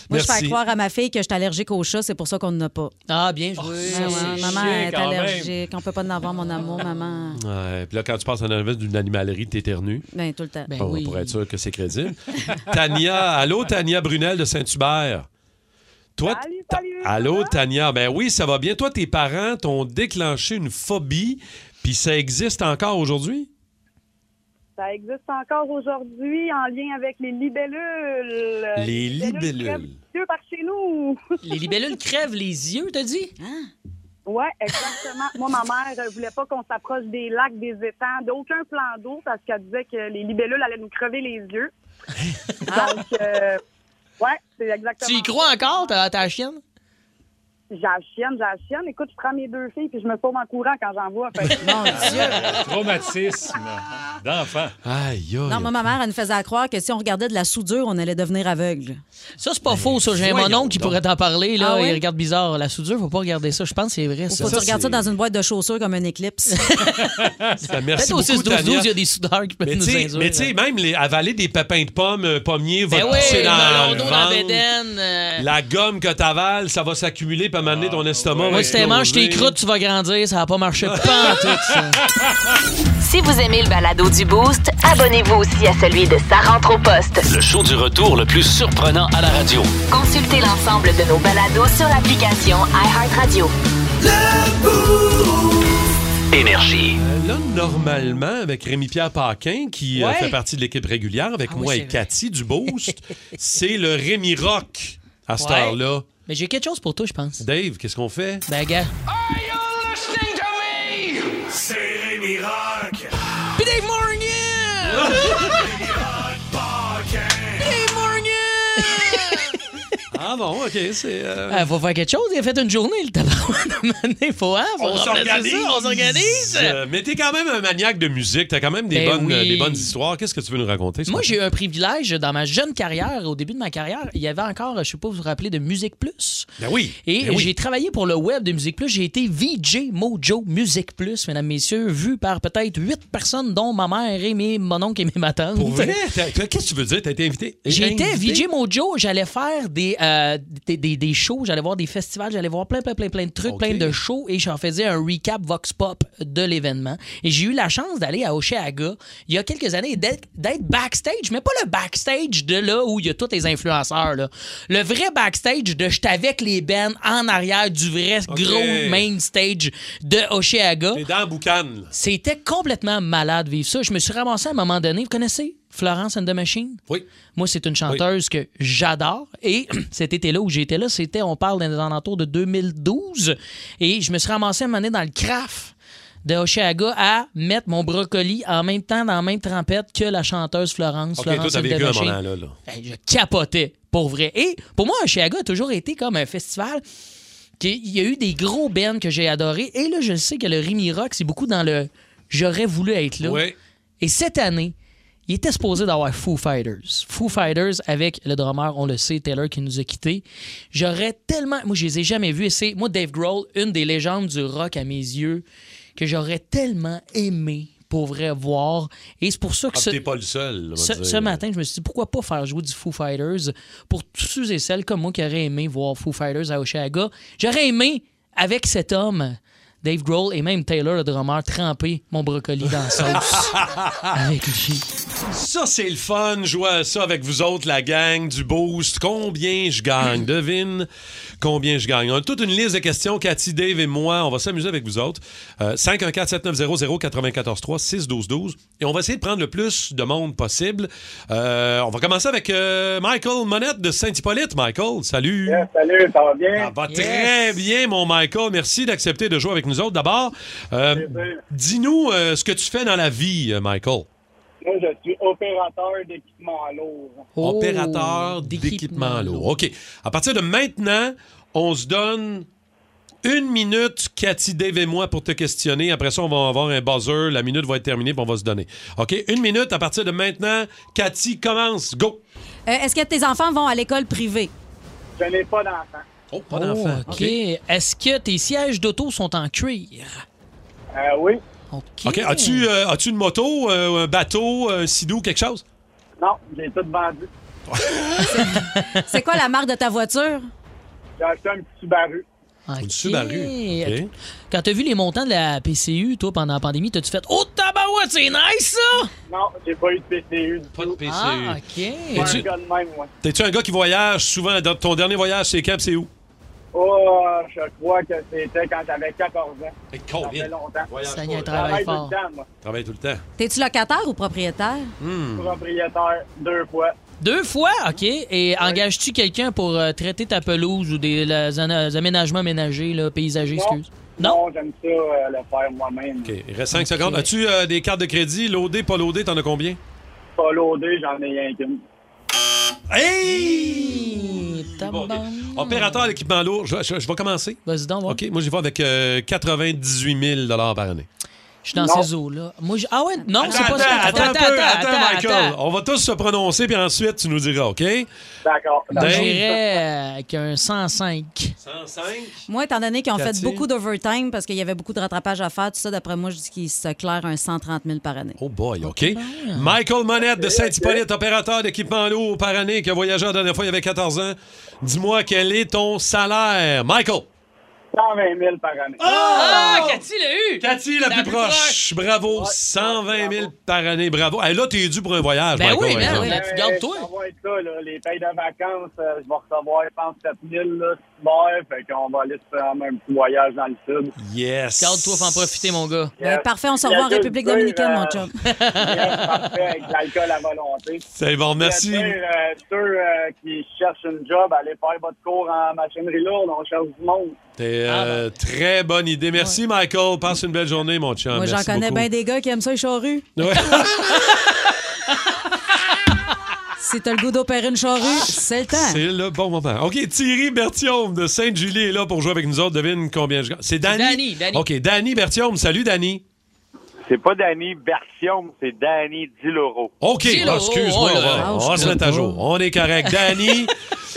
Moi, je fais à Merci. croire à ma fille que je suis allergique aux chats, c'est pour ça qu'on n'en a pas. Ah, bien joué. Maman, maman chier, est quand même. allergique, on peut pas en avoir, mon amour, maman. Ouais, puis là, quand tu passes en arrivée d'une animalerie, t'éternues. Ben, tout le temps. Ben Pour, oui. pour être sûr que c'est crédible. Tania, allô, Tania Brunel de Saint-Hubert. Toi, t- Salut, salut, ta- allô, Tania. Ben oui, ça va bien. Toi, tes parents t'ont déclenché une phobie, puis ça existe encore aujourd'hui? Ça existe encore aujourd'hui en lien avec les libellules. Euh, Les crèvent libellules. les yeux par chez nous. Ah. Les libellules crèvent les yeux, t'as dit? Oui, exactement. Moi, ma mère ne voulait pas qu'on s'approche des lacs, des étangs, d'aucun plan d'eau parce qu'elle disait que les libellules allaient nous crever les yeux. Donc, euh, ouais, c'est exactement Tu y ça. crois encore, ta, ta chienne? J'ai la chienne, j'ai la chienne. Écoute, je prends mes deux filles puis je me sauve en courant quand j'en vois. Fait que- Traumatisme d'enfant. Aïe, Non, aïe. moi, ma mère, elle nous faisait croire que si on regardait de la soudure, on allait devenir aveugle. Ça, c'est pas faux, ça. J'ai mon Ben, voyons oncle qui donc. pourrait t'en parler. Là. Ah ouais? Il regarde bizarre la soudure. Faut pas regarder ça. Je pense que c'est vrai, Faut ça. que Ça, tu regardes ça c'est- dans une boîte de chaussures comme un éclipse. Ah, Merci Peut-être au beaucoup, 6 12 Tania. il y a des soudeurs qui peuvent Mais nous tu sais- induire. mais tu sais, même les, avaler des pépins de pommes, un pommier va Ben te oui, pousser dans, dans le l'eau, dans ventre. la bédaine. euh, La gomme que t'avales, ça va s'accumuler, puis à un moment donné, ton estomac va Moi, si tu manges tes exploser. croûtes, tu vas grandir. Ça va pas marcher pas en tout, ça. Oh. Si vous aimez le balado du Boost, abonnez-vous aussi à celui de Sa rentre au poste. Le show du retour le plus surprenant à la radio. Consultez l'ensemble de nos balados sur l'application iHeartRadio. Énergie. Euh, Là, normalement, avec Rémi-Pierre Paquin, qui euh, fait partie de l'équipe régulière, avec Ah moi oui, et c'est Cathy du Boost, c'est le Rémi Rock à cette Ouais. heure-là. Mais j'ai quelque chose pour toi, je pense. Dave, qu'est-ce qu'on fait? Ben, gars. C'est Rémi Rock. Pis des morning! Des morning! Ah bon, OK, c'est... euh, Ah, faut faire quelque chose. Il a fait une journée, le tabac. Il faut, hein? Faut on remplacer s'organise! ça, On s'organise! Euh, mais t'es quand même un maniaque de musique, t'as quand même des, Ben bonnes, euh, oui. des bonnes histoires. Qu'est-ce que tu veux nous raconter? ce Moi, matin? j'ai eu un privilège dans ma jeune carrière. Au début de ma carrière, il y avait encore, je sais pas, vous vous rappelez, de Musique Plus. Ben oui! Et ben oui. j'ai travaillé pour le web de Musique Plus. J'ai été VJ Mojo Musique Plus, mesdames, messieurs, vu par peut-être huit personnes, dont ma mère et mes, mon oncle et mes ma tante. Pour vrai? T'as- t'as- Qu'est-ce que tu veux dire? T'as été invité? J'étais Invité? VJ Mojo, j'allais faire des, euh, des, des- des shows, j'allais voir des festivals, j'allais voir plein, plein, plein, plein de trucs, Ok. plein de shows et j'en faisais un recap Vox Pop de l'événement. Et j'ai eu la chance d'aller à Oceaga il y a quelques années et d'être d'être backstage, mais pas le backstage de là où il y a tous les influenceurs. Là. Le vrai backstage de j'étais avec les bands en arrière du vrai Ok. gros main stage de Oceaga. T'es dans la boucane. là. C'était complètement malade vivre ça. Je me suis ramassé à un moment donné, vous connaissez Florence and the Machine? Oui. Moi, c'est une chanteuse que j'adore. Et cet été-là où j'étais là, c'était, on parle des alentours de 2012. Et je me suis ramassé un moment donné dans le craft de Oshiaga à mettre mon brocoli en même temps dans la même trempette que la chanteuse Florence. OK, toi, Florence t'as and the vécu un Machine. moment là. là. Hey, Ben, je capotais, pour vrai. Et pour moi, Oshiaga a toujours été comme un festival. qui- Il y a eu des gros bands que j'ai adorés. Et là, je sais que le Rimi Rock, c'est beaucoup dans le j'aurais voulu être là. Ouais. Et cette année, il était supposé d'avoir Foo Fighters. Foo Fighters avec le drummer, on le sait, Taylor qui nous a quittés. J'aurais tellement. Moi, je les ai jamais vus. Et c'est, moi, Dave Grohl, une des légendes du rock à mes yeux, que j'aurais tellement aimé pour vrai voir. Et c'est pour ça que Ah, ce- t'es pas le seul. on va ce, dire. euh, ce matin, je me suis dit pourquoi pas faire jouer du Foo Fighters pour tous ceux et celles comme moi qui auraient aimé voir Foo Fighters à Oshaga. J'aurais aimé, avec cet homme, Dave Grohl et même Taylor, le drummer, tremper mon brocoli dans la sauce avec lui. Ça, c'est le fun, jouer à ça avec vous autres, la gang du Boost. Combien je gagne? Devine combien je gagne. On a toute une liste de questions, Cathy, Dave et moi. On va s'amuser avec vous autres. Euh, 514-7900-943-612-12. Et on va essayer de prendre le plus de monde possible. Euh, on va commencer avec euh, Michael Monette de Saint-Hippolyte. Michael, salut. Salut, ça va bien? Ça va Yes. très bien, mon Michael. Merci d'accepter de jouer avec nous autres. D'abord, euh, dis-nous euh, ce que tu fais dans la vie, euh, Michael. Moi, je suis opérateur d'équipement lourd. Opérateur Oh, d'équipement lourd. OK. À partir de maintenant, on se donne une minute, Cathy, Dave et moi, pour te questionner. Après ça, on va avoir un buzzer. La minute va être terminée, puis on va se donner. OK? Une minute. À partir de maintenant, Cathy, commence. Go! Euh, Est-ce que tes enfants vont à l'école privée? Je n'ai pas d'enfant. Oh, pas Oh, d'enfant. OK. Est-ce que tes sièges d'auto sont en cuir? Euh, oui? OK. OK. As-tu euh, as-tu une moto, euh, un bateau, un sidou, quelque chose? Non, j'ai tout vendu. C'est quoi la marque de ta voiture? J'ai acheté un petit Subaru. OK. Une Subaru. OK. Quand t'as vu les montants de la PCU, toi, pendant la pandémie, t'as-tu fait « Oh, tabarouette, c'est nice, ça! Non, j'ai pas eu de PCU. du Pas tout. de » PCU. Ah, OK. Pas tu- un gars de même, moi. T'es-tu un gars qui voyage souvent? Dans ton dernier voyage, c'est quand, puis c'est où? Oh, je crois que c'était quand j'avais 14 ans. Ça fait Combien? longtemps. Voyage Seigneur, pas, là. travaille Je tout fort. le temps, moi. Travaille tout le temps. Hmm. T'es-tu locataire ou propriétaire? Propriétaire, deux fois. Deux fois, OK. Et engages-tu quelqu'un pour euh, traiter ta pelouse ou des, la- zana- des aménagements ménagers, là, paysagers, excuse? Non? j'aime ça euh, le faire moi-même. OK, il reste 5 secondes. As-tu euh, des cartes de crédit, loadées, pas loadées, t'en as combien? Pas loadé, j'en ai rien qu'une. Hey! Bon, tabarnak. OK. Opérateur à l'équipement lourd, je, je- je vais commencer. Vas-y donc, va. OK, moi j'y vais avec euh, 98 000 par année. Je suis dans Non. ces eaux-là. Moi, je- Ah ouais? Non, c'est pas ça. un peu, Michael. On va tous se prononcer, puis ensuite tu nous diras, OK? D'accord. Dave. J'irais euh, avec un 105. 105. Moi, étant donné qu'ils ont fait Cathy? beaucoup d'overtime parce qu'il y avait beaucoup de rattrapage à faire, tout ça, d'après moi, je dis qu'ils se clairent un 130 000 par année. Oh boy, OK. Michael Monette de Saint-Hippolyte, opérateur d'équipement lourd par année, qui a voyagé la dernière fois, il avait 14 ans. Dis-moi, quel est ton salaire? Michael! 120 000 par année. Ah, Cathy l'a eu! Cathy, la, plus proche. Bravo, 120 000 par année. Bravo. Hey, là, t'es dû pour un voyage, Ben Michael. oui, par exemple. ben oui. Ouais, Garde-toi. Euh, Ça va être ça, là, les payes de vacances, euh, je vais recevoir 37 000 là, cet hiver. Fait qu'on va aller se faire un petit voyage dans le sud. Yes. Garde-toi, faut en profiter, mon gars. Ben, parfait, on se revoit en Yes, République sir, dominicaine, euh, mon chum. Yes, euh, parfait, avec de l'alcool à volonté. C'est bon, merci. Puis, euh, Ceux euh, qui cherchent une job, allez faire votre cours en machinerie lourde, on cherche du monde. T'es Ah, ben. euh, très bonne idée. Merci, Michael. Passe une belle journée, mon chum. Moi, j'en Ah, Merci connais beaucoup. bien des gars qui aiment ça, les charrues. Ouais. Si t'as le goût d'opérer une charrue, c'est le temps. C'est le bon moment. OK, Thierry Bertium de Sainte-Julie est là pour jouer avec nous autres. Devine combien je gagne. C'est Danny. Danny, Danny. OK, Danny Bertium. Salut, Danny. C'est pas Danny Bertium, c'est Danny Diloro. OK, Dis-le, ah, excuse-moi. oh, oh, on va, là. on va se Ah, mettre à je jour. On est correct. Danny,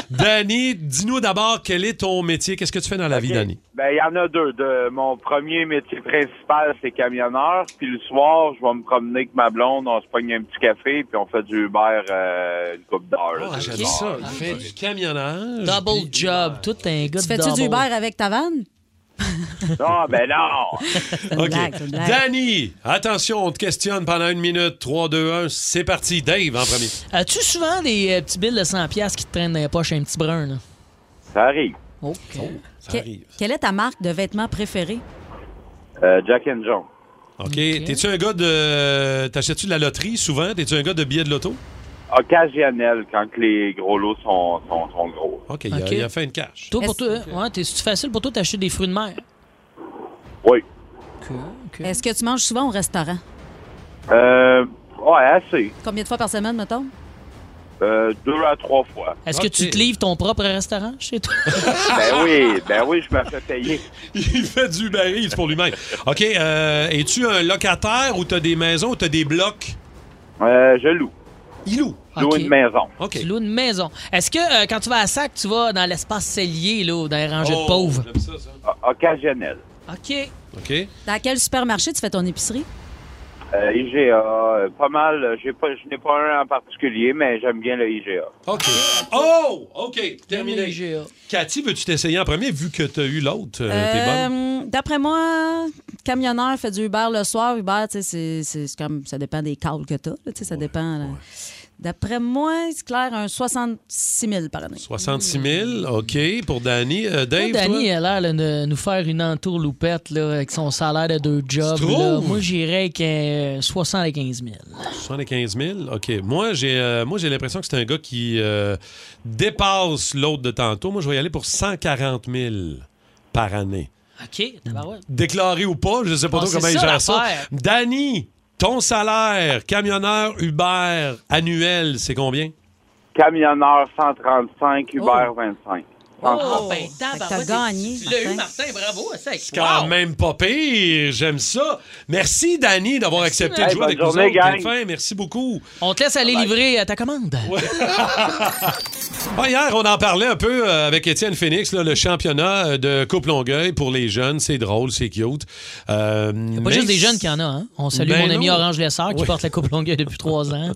Danny dis-nous d'abord quel est ton métier. Qu'est-ce que tu fais dans la vie, Danny? Ben, il y en a deux. De, mon premier métier principal, c'est camionneur. Puis le soir, je vais me promener avec ma blonde, on se pogne un petit café, puis on fait du Uber euh, une coupe d'heure. là, Ah, c'est j'aime le soir. ça. Il fait du camionnage. Double job. Tout un gars Tu de fais-tu double. du Uber avec ta vanne? Non, ben non! C'est une OK. blague, c'est une blague. Danny, attention, on te questionne pendant une minute. 3, 2, 1, c'est parti. Dave en premier. As-tu souvent des euh, petits billes de 100$ piastres qui te traînent dans les poches, un petit brun, là? Ça arrive. OK. Oh, Ça Que- arrive. Quelle est ta marque de vêtements préférée? Euh, Jack and John. OK. T'es-tu un gars de. T'achètes-tu de la loterie souvent? T'es-tu un gars de billets de loto? Occasionnel, quand que les gros lots sont, sont, sont gros. OK, il a- OK. il a, fait une cache. Toi, pour Est-ce- toi, hein? ouais, t'es- c'est-tu facile pour toi d'acheter des fruits de mer? Oui. OK. OK. Est-ce que tu manges souvent au restaurant? Euh, ouais, assez. Combien de fois par semaine, mettons? Euh, deux à trois fois. Est-ce que tu OK. te livres ton propre restaurant chez toi? Ben oui, ben oui, je me fais payer. Il fait du baril pour lui-même. OK. euh, Es-tu un locataire ou t'as des maisons ou t'as des blocs? Euh, je loue. Il loue. Je loue OK. une maison. OK. Tu loues une maison. Est-ce que euh, quand tu vas à Sac, tu vas dans l'espace cellier, là, ou dans les rangées Oh, de pauvres? j'aime ça, ça. O- Ah, Occasionnel. OK. OK. Dans quel supermarché tu fais ton épicerie? Euh, IGA, euh, pas mal. euh, J'ai pas, je n'ai pas un en particulier, mais j'aime bien le IGA. OK. Oh! OK. Terminé. IGA. Cathy, veux-tu t'essayer en premier vu que t'as eu l'autre? euh, t'es bonne? Euh, D'après moi, camionneur fait du Uber le soir. Uber, tu sais, c'est- c'est c'est comme ça dépend des calls que t'as. là, tu sais, ça dépend. là. D'après moi, c'est clair, un 66 000 par année. 66 000, OK, pour Danny. Euh, Dave, Moi, Danny, toi? il a l'air là, de nous faire une entourloupette là, avec son salaire de deux jobs. Tu là. trouves? Moi, j'irais avec euh, 75 000. 75 000, OK. Moi, j'ai euh, moi, j'ai l'impression que c'est un gars qui euh, dépasse l'autre de tantôt. Moi, je vais y aller pour 140 000 par année. OK, ben tabarouette. Déclaré ou pas, je ne sais pas Bon, trop Ah, c'est comment il ça, gère ça. l'affaire. Danny, ton salaire, camionneur, Uber, annuel, c'est combien? Camionneur 135, Uber Oh. 25. Ah, ben, Fait que tabarouette, t'as gagné, Tu l'as eu, Martin. Martin, bravo. C'est avec- Quand Wow! même pas pire, j'aime ça. Merci, Danny, d'avoir accepté de Hey, jouer bonne avec nous journée, autres. gang. T'es fin, Merci beaucoup. On te laisse aller livrer euh, ta commande. Ah, hier, on en parlait un peu euh, avec Étienne Phoenix, là, le championnat euh, de Coupe Longueuil pour les jeunes. C'est drôle, c'est cute. Euh, Pas mais- juste des jeunes qui en a. Hein? On salue Ben mon ami non. Orange Lessard qui Oui. porte la Coupe Longueuil depuis trois ans.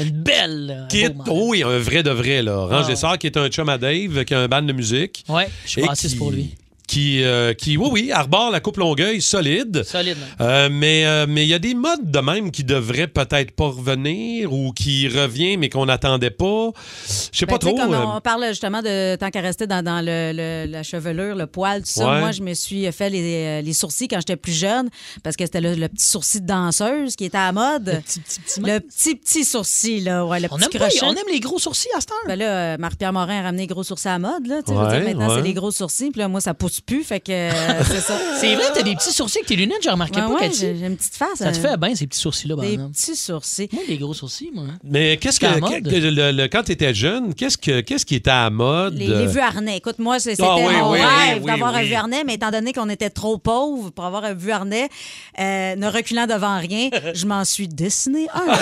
Une belle. Kit, Oui, oh oui, un vrai de vrai, là. Range Dessert, qui est un chum à Dave, qui a un band de musique. Ah, Ouais, je suis Et raciste qui- pour lui. qui, euh, qui oui, oui, arbore la coupe Longueuil solide. Solide, même. Euh, mais euh, mais il y a des modes de même qui devraient peut-être pas revenir ou qui revient mais qu'on n'attendait pas. Je sais Ben, pas tu sais, trop. Comme euh, on parle justement de tant qu'à rester dans, dans le, le- la chevelure, le poil, tout ça. Ouais. Moi, je me suis fait les, les sourcils quand j'étais plus jeune parce que c'était le, le petit sourcil de danseuse qui était à la mode. Le petit petit, petit le petit, sourcil, là, ouais, le On petit aime, pas- crochet. on aime les gros sourcils à cette heure. Ben là, euh, Marc-Pierre Morin a ramené les gros sourcils à la mode. Là, tu sais, je veux Ouais, dire, maintenant, ouais. c'est les gros sourcils. Puis là, moi, ça pousse plus. Fait que euh, c'est ça. C'est vrai, t'as des petits sourcils avec tes lunettes, j'ai remarqué Ouais, pas, ouais, Cathy. j'ai j'ai une petite face. Ça te hein. fait bien, ces petits sourcils-là, par des exemple. petits sourcils. Moi, les gros sourcils, moi. hein. Mais qu'est-ce que, C'est à la mode. que- le- le- quand tu étais jeune, qu'est-ce que qu'est-ce qui était à la mode Les, les vues harnais. Écoute, moi, c'est- c'était Ah oui, mon oui, rêve oui, oui, d'avoir un oui. vue harnais, mais étant donné qu'on était trop pauvres pour avoir un vue harnais, euh, ne reculant devant rien, je m'en suis dessiné un.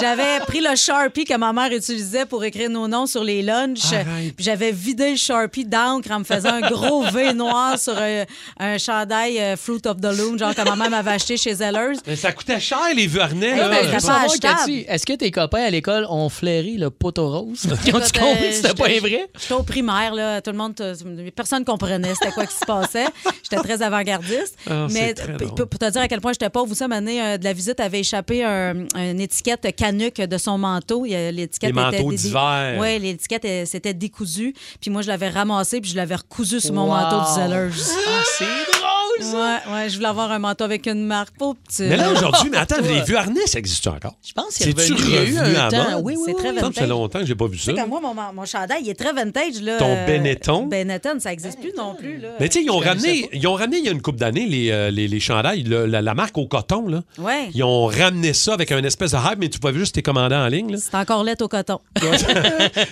J'avais pris le Sharpie que ma mère utilisait pour écrire nos noms sur les lunchs. Arrête. Puis j'avais vidé le Sharpie d'encre en me faisant un gros V noir sur un, un chandail euh, Fruit of the Loom, genre que ma mère m'avait acheté chez Zellers. Mais ça coûtait cher les vues harnais. Eh, là. ben, Je Pas veux savoir, achetable. Cathy, est-ce que tes copains à l'école ont flairé le poteau rose? Ils ont-tu Écoute, compris euh, que c'était pas j'étais- vrai? J'étais au primaire, là, tout le monde, euh, personne comprenait c'était quoi qui se passait. J'étais très avant-gardiste. Ah, c'est mais très p- drôle. p- pour te dire à quel point j'étais pauvre, vous savez, à un moment donné, euh, de la visite avait échappé un- une étiquette canuc de son manteau. Il y a- L'étiquette Les manteaux était dé- d'hiver. Oui, l'étiquette euh, s'était décousue. Puis moi, je l'avais ramassée puis je l'avais recousue sur mon Wow. manteau de Zellers. Ah, c'est drôle! Ouais, ouais, je voulais avoir un manteau avec une marque pour petit. Mais là aujourd'hui, mais attends, les vues harnais ça existe encore. Je pense qu'il est C'est-tu revenu. Il y a eu revenu un à temps. mode? Oui, C'est oui, très oui. Il me semble que Ça fait vintage. longtemps que j'ai pas vu ça. Tu sais, comme moi, mon, mon chandail, il est très vintage. Là, Euh, Ton Benetton. Benetton, ça n'existe plus non plus. Là. Mais tu sais, ils ont Je connaissais ramené, pas. ils ont ramené il y a une couple d'années les, euh, les, les chandails, le- la, la marque au coton là. Ouais. Ils ont ramené ça avec un espèce de hype, mais tu pouvais juste tes commander en ligne. là. C'est encore laid au coton.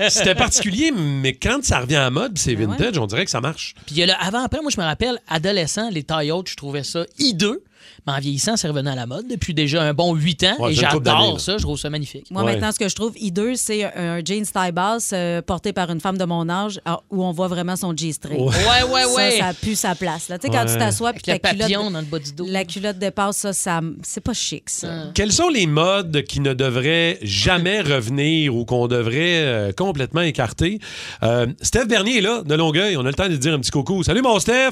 C'était particulier, mais quand ça revient à mode, c'est Ben vintage, on dirait que ça marche. Puis il y a le avant-après, moi je me rappelle, adolescent, les tailles hautes, je trouvais ça hideux. Mais en vieillissant, c'est revenu à la mode depuis déjà un bon 8 ans. Ouais, et j'ai une couple d'années, là. j'adore ça, je trouve ça magnifique. Moi, Ouais. maintenant, ce que je trouve hideux, c'est un, un jeans taille basse euh, porté par une femme de mon âge ah, où on voit vraiment son G-string. Ouais, ouais, ouais. Ça, ça pue sa place. Là. Tu sais, quand Ouais. tu t'assois puis Avec le ta papillon culotte, dans le bas du dos. la culotte dépasse, ça, ça c'est pas chic, ça. Quels sont les modes qui ne devraient jamais revenir ou qu'on devrait euh, complètement écarter? Euh, Steph Bernier est là, de Longueuil. On a le temps de lui dire un petit coucou. Salut, mon Steph!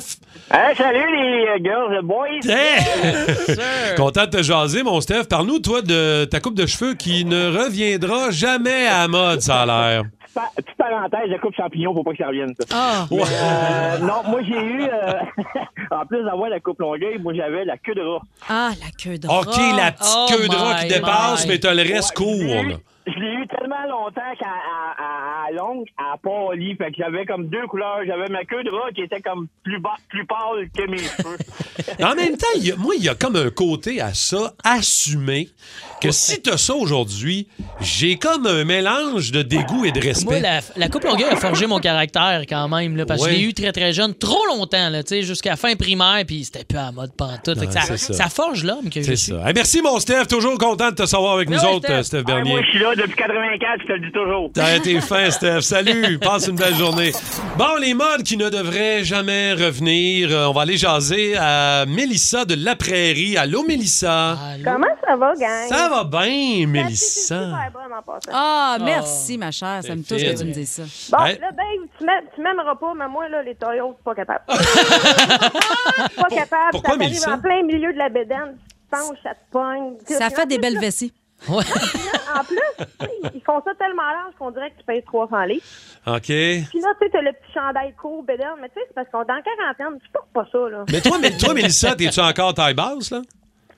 Hey, salut les euh, girls and boys! Hey! Content de te jaser, mon Steph. Parle-nous, toi, de ta coupe de cheveux qui ne reviendra jamais à la mode, ça a l'air. Pa- petite parenthèse, la coupe champignon, faut pas que ça revienne. ça. Ah, Mais, euh, non, moi j'ai eu, euh, en plus d'avoir la coupe longueuil, moi j'avais la queue de rat. ah, la queue de OK, rat. la petite Oh queue de rat qui my, dépasse, my. mais t'as le reste Ouais, court. je l'ai eu- là. Je l'ai eu tellement longtemps qu'à à, à- à longue, à pâli, fait que j'avais comme deux couleurs. J'avais ma queue de rat qui était comme plus, ba- plus pâle que mes cheveux. En même temps, il y a- moi, il y a comme un côté à ça, assumé, que si t'as ça aujourd'hui, j'ai comme un mélange de dégoût et de Moi, respect. la, la coupe longueuil a forgé mon caractère quand même, là, parce que Ouais. je l'ai eu très très jeune, trop longtemps, là, tu sais, jusqu'à la fin primaire, puis c'était plus à la mode pantoute. Fait que Non, ça, c'est ça. ça forge l'homme que je C'est suis. ça. Hey, merci, mon Steph. Toujours content de te savoir avec nous ouais, autres, Steph. euh, Steph, Ah, Bernier. moi je suis là depuis 84, je te le dis toujours. T'as été fin, Steph. Salut. Passe une belle journée. Bon, les modes qui ne devraient jamais revenir. Euh, on va aller jaser à Mélissa de La Prairie. Allô, Mélissa. Allô? Comment ça va, gang? Ça va bien, C'est Mélissa. super bonne en passant. Ah, merci, ma chère. Ça me touche fine. que tu me dises ça. Bon, Hey. là, Dave, tu m'a- tu m'aimeras pas, mais moi, là, les Toyota, pas capable. pas capable. pourquoi, ça t'arrive Mélissa? en plein milieu de la bédaine. Tu te penches, ça te pogne. Ça fait des En plus, belles là, vessies. Ouais. En plus, tu sais, ils font ça tellement large qu'on dirait que tu pèses 300 livres. OK. Puis là, tu sais, t'as le petit chandail court, bédaine, mais tu sais, c'est parce qu'on est en quarantaine, tu portes pas ça, là. Mais toi, mais toi Mélissa, t'es-tu encore Ah, taille basse, là?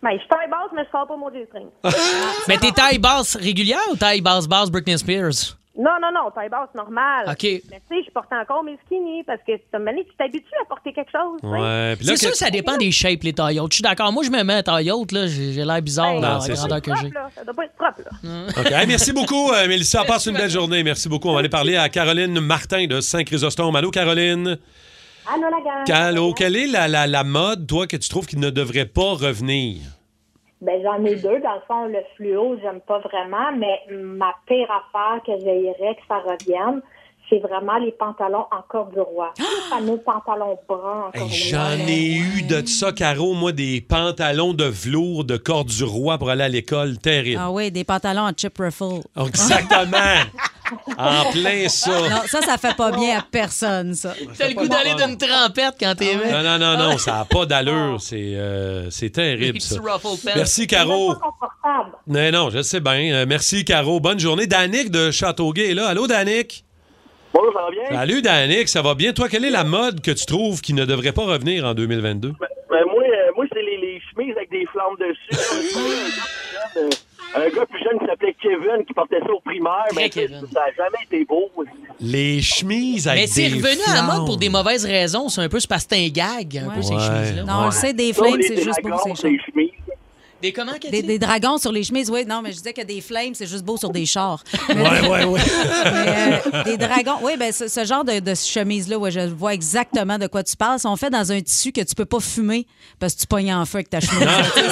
Ben, je suis taille basse, mais je sors pas mon G-string. Mais t'es taille basse régulière ou taille basse basse Britney Spears? Non, non, non, taille basse, normal. OK. Mais tu sais, je porte encore mes skinny parce que tu m'as tu t'habitues à porter quelque chose, tu sais. Ouais. Ben, Puis là, C'est sûr que- que ça dépend des shapes, les tailles hautes. Je suis d'accord. Moi, je me mets à taille haute, là. J'ai j'ai l'air bizarre dans Ben, Non, la Ah, c'est grandeur que j'ai. propre, là. Ça doit pas être propre, là. OK. Hey, merci beaucoup, euh, Mélissa. Passe une belle journée. Merci beaucoup. On va aller parler à Caroline Martin de Saint-Chrysostome. Allô, Caroline. Allô, la gang. Allô, quelle est la, la, la mode, toi, que tu trouves qui ne devrait pas revenir? Ben, j'en ai deux. Dans le fond, le fluo, j'aime pas vraiment, mais ma pire affaire que j'aimerais que ça revienne, c'est vraiment les pantalons encore du roi. Les fameux pantalons bruns encore Ah! Hey, du roi. J'en ai eu de ça, Caro, moi, des pantalons de velours de corps du roi pour aller à l'école. Terrible. Ah oui, des pantalons en chip ruffle. Ah Exactement. en plein ça. Non, ça, ça fait pas bien à personne, ça. T'as le goût d'aller d'une trempette quand t'es Ah Non, non, non, non, ça n'a pas d'allure. C'est euh, c'est terrible, ça. Merci, Caro. C'est pas confortable. Non, non, je sais bien. Euh, merci, Caro. Bonne journée. Danick de Châteauguay est là. Allô, Danick? Bonjour, ça va bien? Salut, Danick. Ça va bien? Toi, quelle est la mode que tu trouves qui ne devrait pas revenir en 2022? Ben, ben, moi, euh, moi c'est les, les chemises avec des flammes dessus. là. Un gars plus jeune, euh, un gars plus jeune qui s'appelait Kevin, qui portait ça au primaire, Très mais tu sais, Kevin. ça n'a jamais été beau. Les chemises avec Mais c'est des revenu à la mode pour flammes. des mauvaises raisons. C'est un peu, c'est parce que c'est un gag, un peu, Ah, ces Ouais. chemises-là. Non, on le sait, des flames, c'est juste beau sur c'est ces les chars. chemises. Des comment, Des, Cathy? des dragons sur les chemises, oui. Non, mais je disais que des flames, c'est juste beau sur des chars. Ouais, ouais, ouais. Mais, euh, des dragons. Oui, ben, ce, ce genre de, de chemise-là, ouais, je vois exactement de quoi tu parles. Sont faits dans un tissu que tu peux pas fumer parce que tu pognes en feu avec ta chemise. C'est-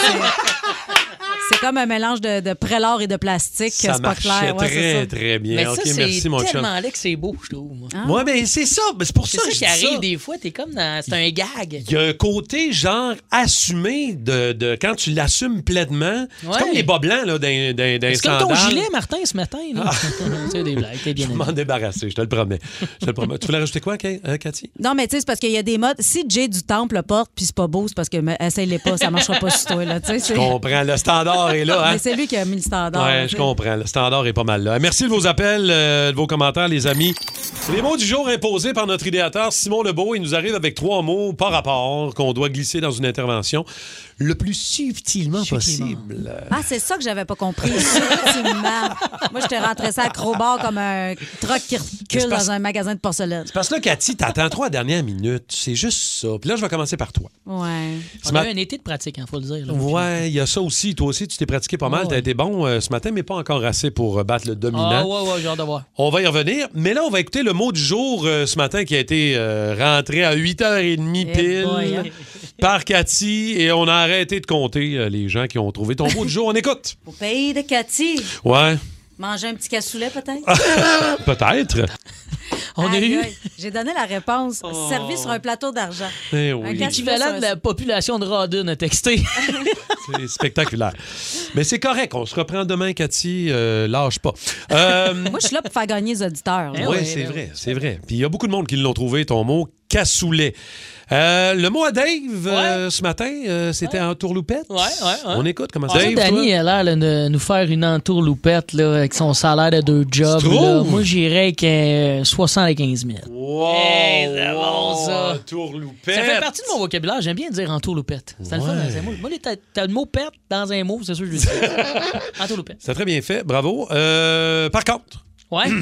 C'est comme un mélange de, de prélard et de plastique. Ça c'est pas marchait clair. Ouais, c'est très, ça. très bien. Mais OK, ça, merci, mon c'est chum. tellement là que c'est beau, je trouve. moi. Ouais, mais c'est ça. Mais C'est pour C'est ça, ça, que je qui dis arrive ça. des fois, t'es comme dans... C'est un gag. Il y a un côté, genre, assumé de, de- quand tu l'assumes pleinement. Ouais. C'est comme les bas blancs, là, d'un, d'un, d'un C'est comme ton sandal. gilet, Martin, ce matin. là. Ah. C'est des blagues, t'es bien aimé. M'en débarrasser, je te le promets. Je te le promets. tu voulais rajouter quoi, Ka- euh, Cathy? Non, mais tu sais, c'est parce qu'il y a des modes. Si Jay du Temple le porte, puis c'est pas beau, c'est parce que mais, essaye-les pas, ça marchera pas sur toi. Là, tu sais, c'est- Je comprends. Le standard est là, hein? Mais c'est lui qui a mis le standard. hein, Ouais, là, je tu sais. comprends. Le standard est pas mal là. Merci de vos appels, euh, de vos commentaires, les amis. Les mots du jour imposés par notre idéateur Simon Lebeau. Il nous arrive avec trois mots par rapport qu'on doit glisser dans une intervention le plus subtilement possible. Ah, c'est ça que j'avais pas compris. Subtilement. Moi, je te rentrais ça à crowbar comme un troc qui Mais c'est recule parce- dans un magasin de porcelaine. Parce que là, Cathy, t'attends trois dernières minutes. C'est juste ça. Puis là, je vais commencer par toi. Ouais. On a eu un été de pratique, il faut le dire. là. Ah Ouais, il y a ça aussi. Toi aussi, tu t'es pratiqué pas mal. Ouais. T'as été bon euh, ce matin, mais pas encore assez pour euh, battre le dominant. Ah, ouais, ouais, j'ai hâte de voir. On va y revenir, mais là, on va écouter le mot du jour euh, ce matin qui a été euh, rentré à 8h30 Eh pile boy, hein. par Cathy et on a arrêté de compter euh, les gens qui ont trouvé ton mot du jour. On écoute. Au pays de Cathy, Ouais, manger un petit cassoulet peut-être? peut-être. On a Aïe, eu aïe, J'ai donné la réponse. Oh. Servi sur un plateau d'argent. Eh Un oui, cassoulet sur l'équivalent un- de la population de Radun a texté. c'est spectaculaire. Mais c'est correct, on se reprend demain, Cathy. euh, lâche pas. Euh, Moi, je suis là pour faire gagner les auditeurs. là. Eh oui, ouais, c'est ben vrai, c'est vrai. Puis il y a beaucoup de monde qui l'ont trouvé, ton mot cassoulet. Euh, le mot à Dave euh, ce matin, euh, c'était en tourloupette. Ouais, ouais, ouais. On écoute comment ça Ah, ça, Danny toi? a l'air là, de nous faire une entourloupette là, avec son salaire de deux jobs. Tu trouves? là. Moi, j'irais avec euh, 75 000. Wow! Hey, Eh, c'est bon, ça. Tourloupette! Ça fait partie de mon vocabulaire. Eh, J'aime bien dire entourloupette. C'est le fun. Ouais. c'est moi- Moi, les- t'as t'as le mot pète dans un mot, c'est sûr que je le dis. entourloupette. C'est très bien fait, bravo. Euh, par contre, Ouais. je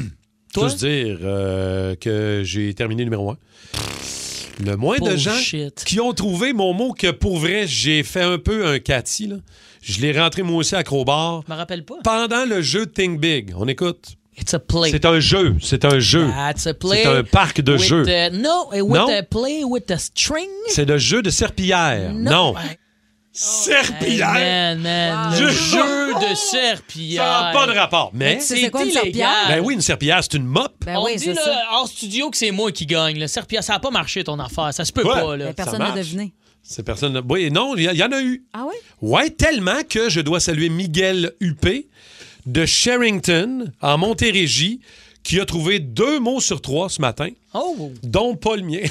Toi? juste dire euh, que j'ai terminé numéro un. Le moins de gens Bullshit. qui ont trouvé mon mot que pour vrai, j'ai fait un peu un Cathy. là. Je l'ai rentré moi aussi à Crowbar Je me rappelle pas. pendant le jeu Think Big. On écoute. It's a play. C'est un jeu, c'est un jeu. That's a play. C'est un parc de with jeux. the- no, eh, with Non. a play with a string. C'est le jeu de serpillière. Non. Hey, Serpillière? Oh, man, man. Wow. Le Je- jeu Ça de serpillère. n'a pas de rapport. Mais, Mais tu sais c'est quoi, une illégal. serpillière? ben oui, une serpillière, c'est une mop. Ben on oui, dit c'est là, ça. hors studio que c'est moi qui gagne. Le Serpillère, ça n'a pas marché ton affaire. Ça se peut Ouais. pas. Là. Mais ça Ben, Personne n'a marche. deviné. C'est personne. Oui, non, il y, y en a eu. Ah oui? Ouais, tellement que je dois saluer Miguel Huppé de Sherrington, en Montérégie, qui a trouvé deux mots sur trois ce matin, Oh! dont pas le mien. Mais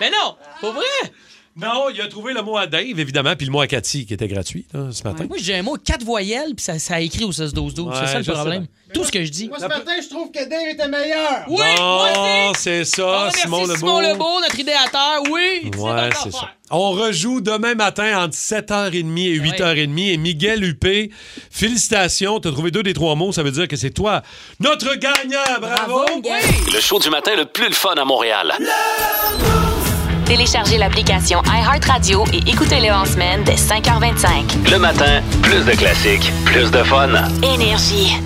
Ben non! Pas vrai! non, il a trouvé le mot à Dave, évidemment, puis le mot à Cathy, qui était gratuit hein, ce matin. Moi, j'ai un mot, quatre voyelles, puis ça, ça écrit au 16-12-12. Ouais, c'est ça je sais le problème. Tout ce que je dis. Moi, ce matin, je trouve que Dave était meilleur. Oui, moi Bon, aussi! c'est On ça, remercie Simon Lebeau. Lebeau, notre idéateur. Oui! il dit Ouais, notre c'est ça. affaire. On rejoue demain matin entre 7h30 et 8h30. Et Miguel Huppé, félicitations, t'as trouvé deux des trois mots, ça veut dire que c'est toi notre gagnant. Bravo! Le show du matin le plus le fun à Montréal. Téléchargez l'application iHeartRadio et écoutez-le en semaine dès 5h25. Le matin, plus de classiques, plus de fun. Énergie.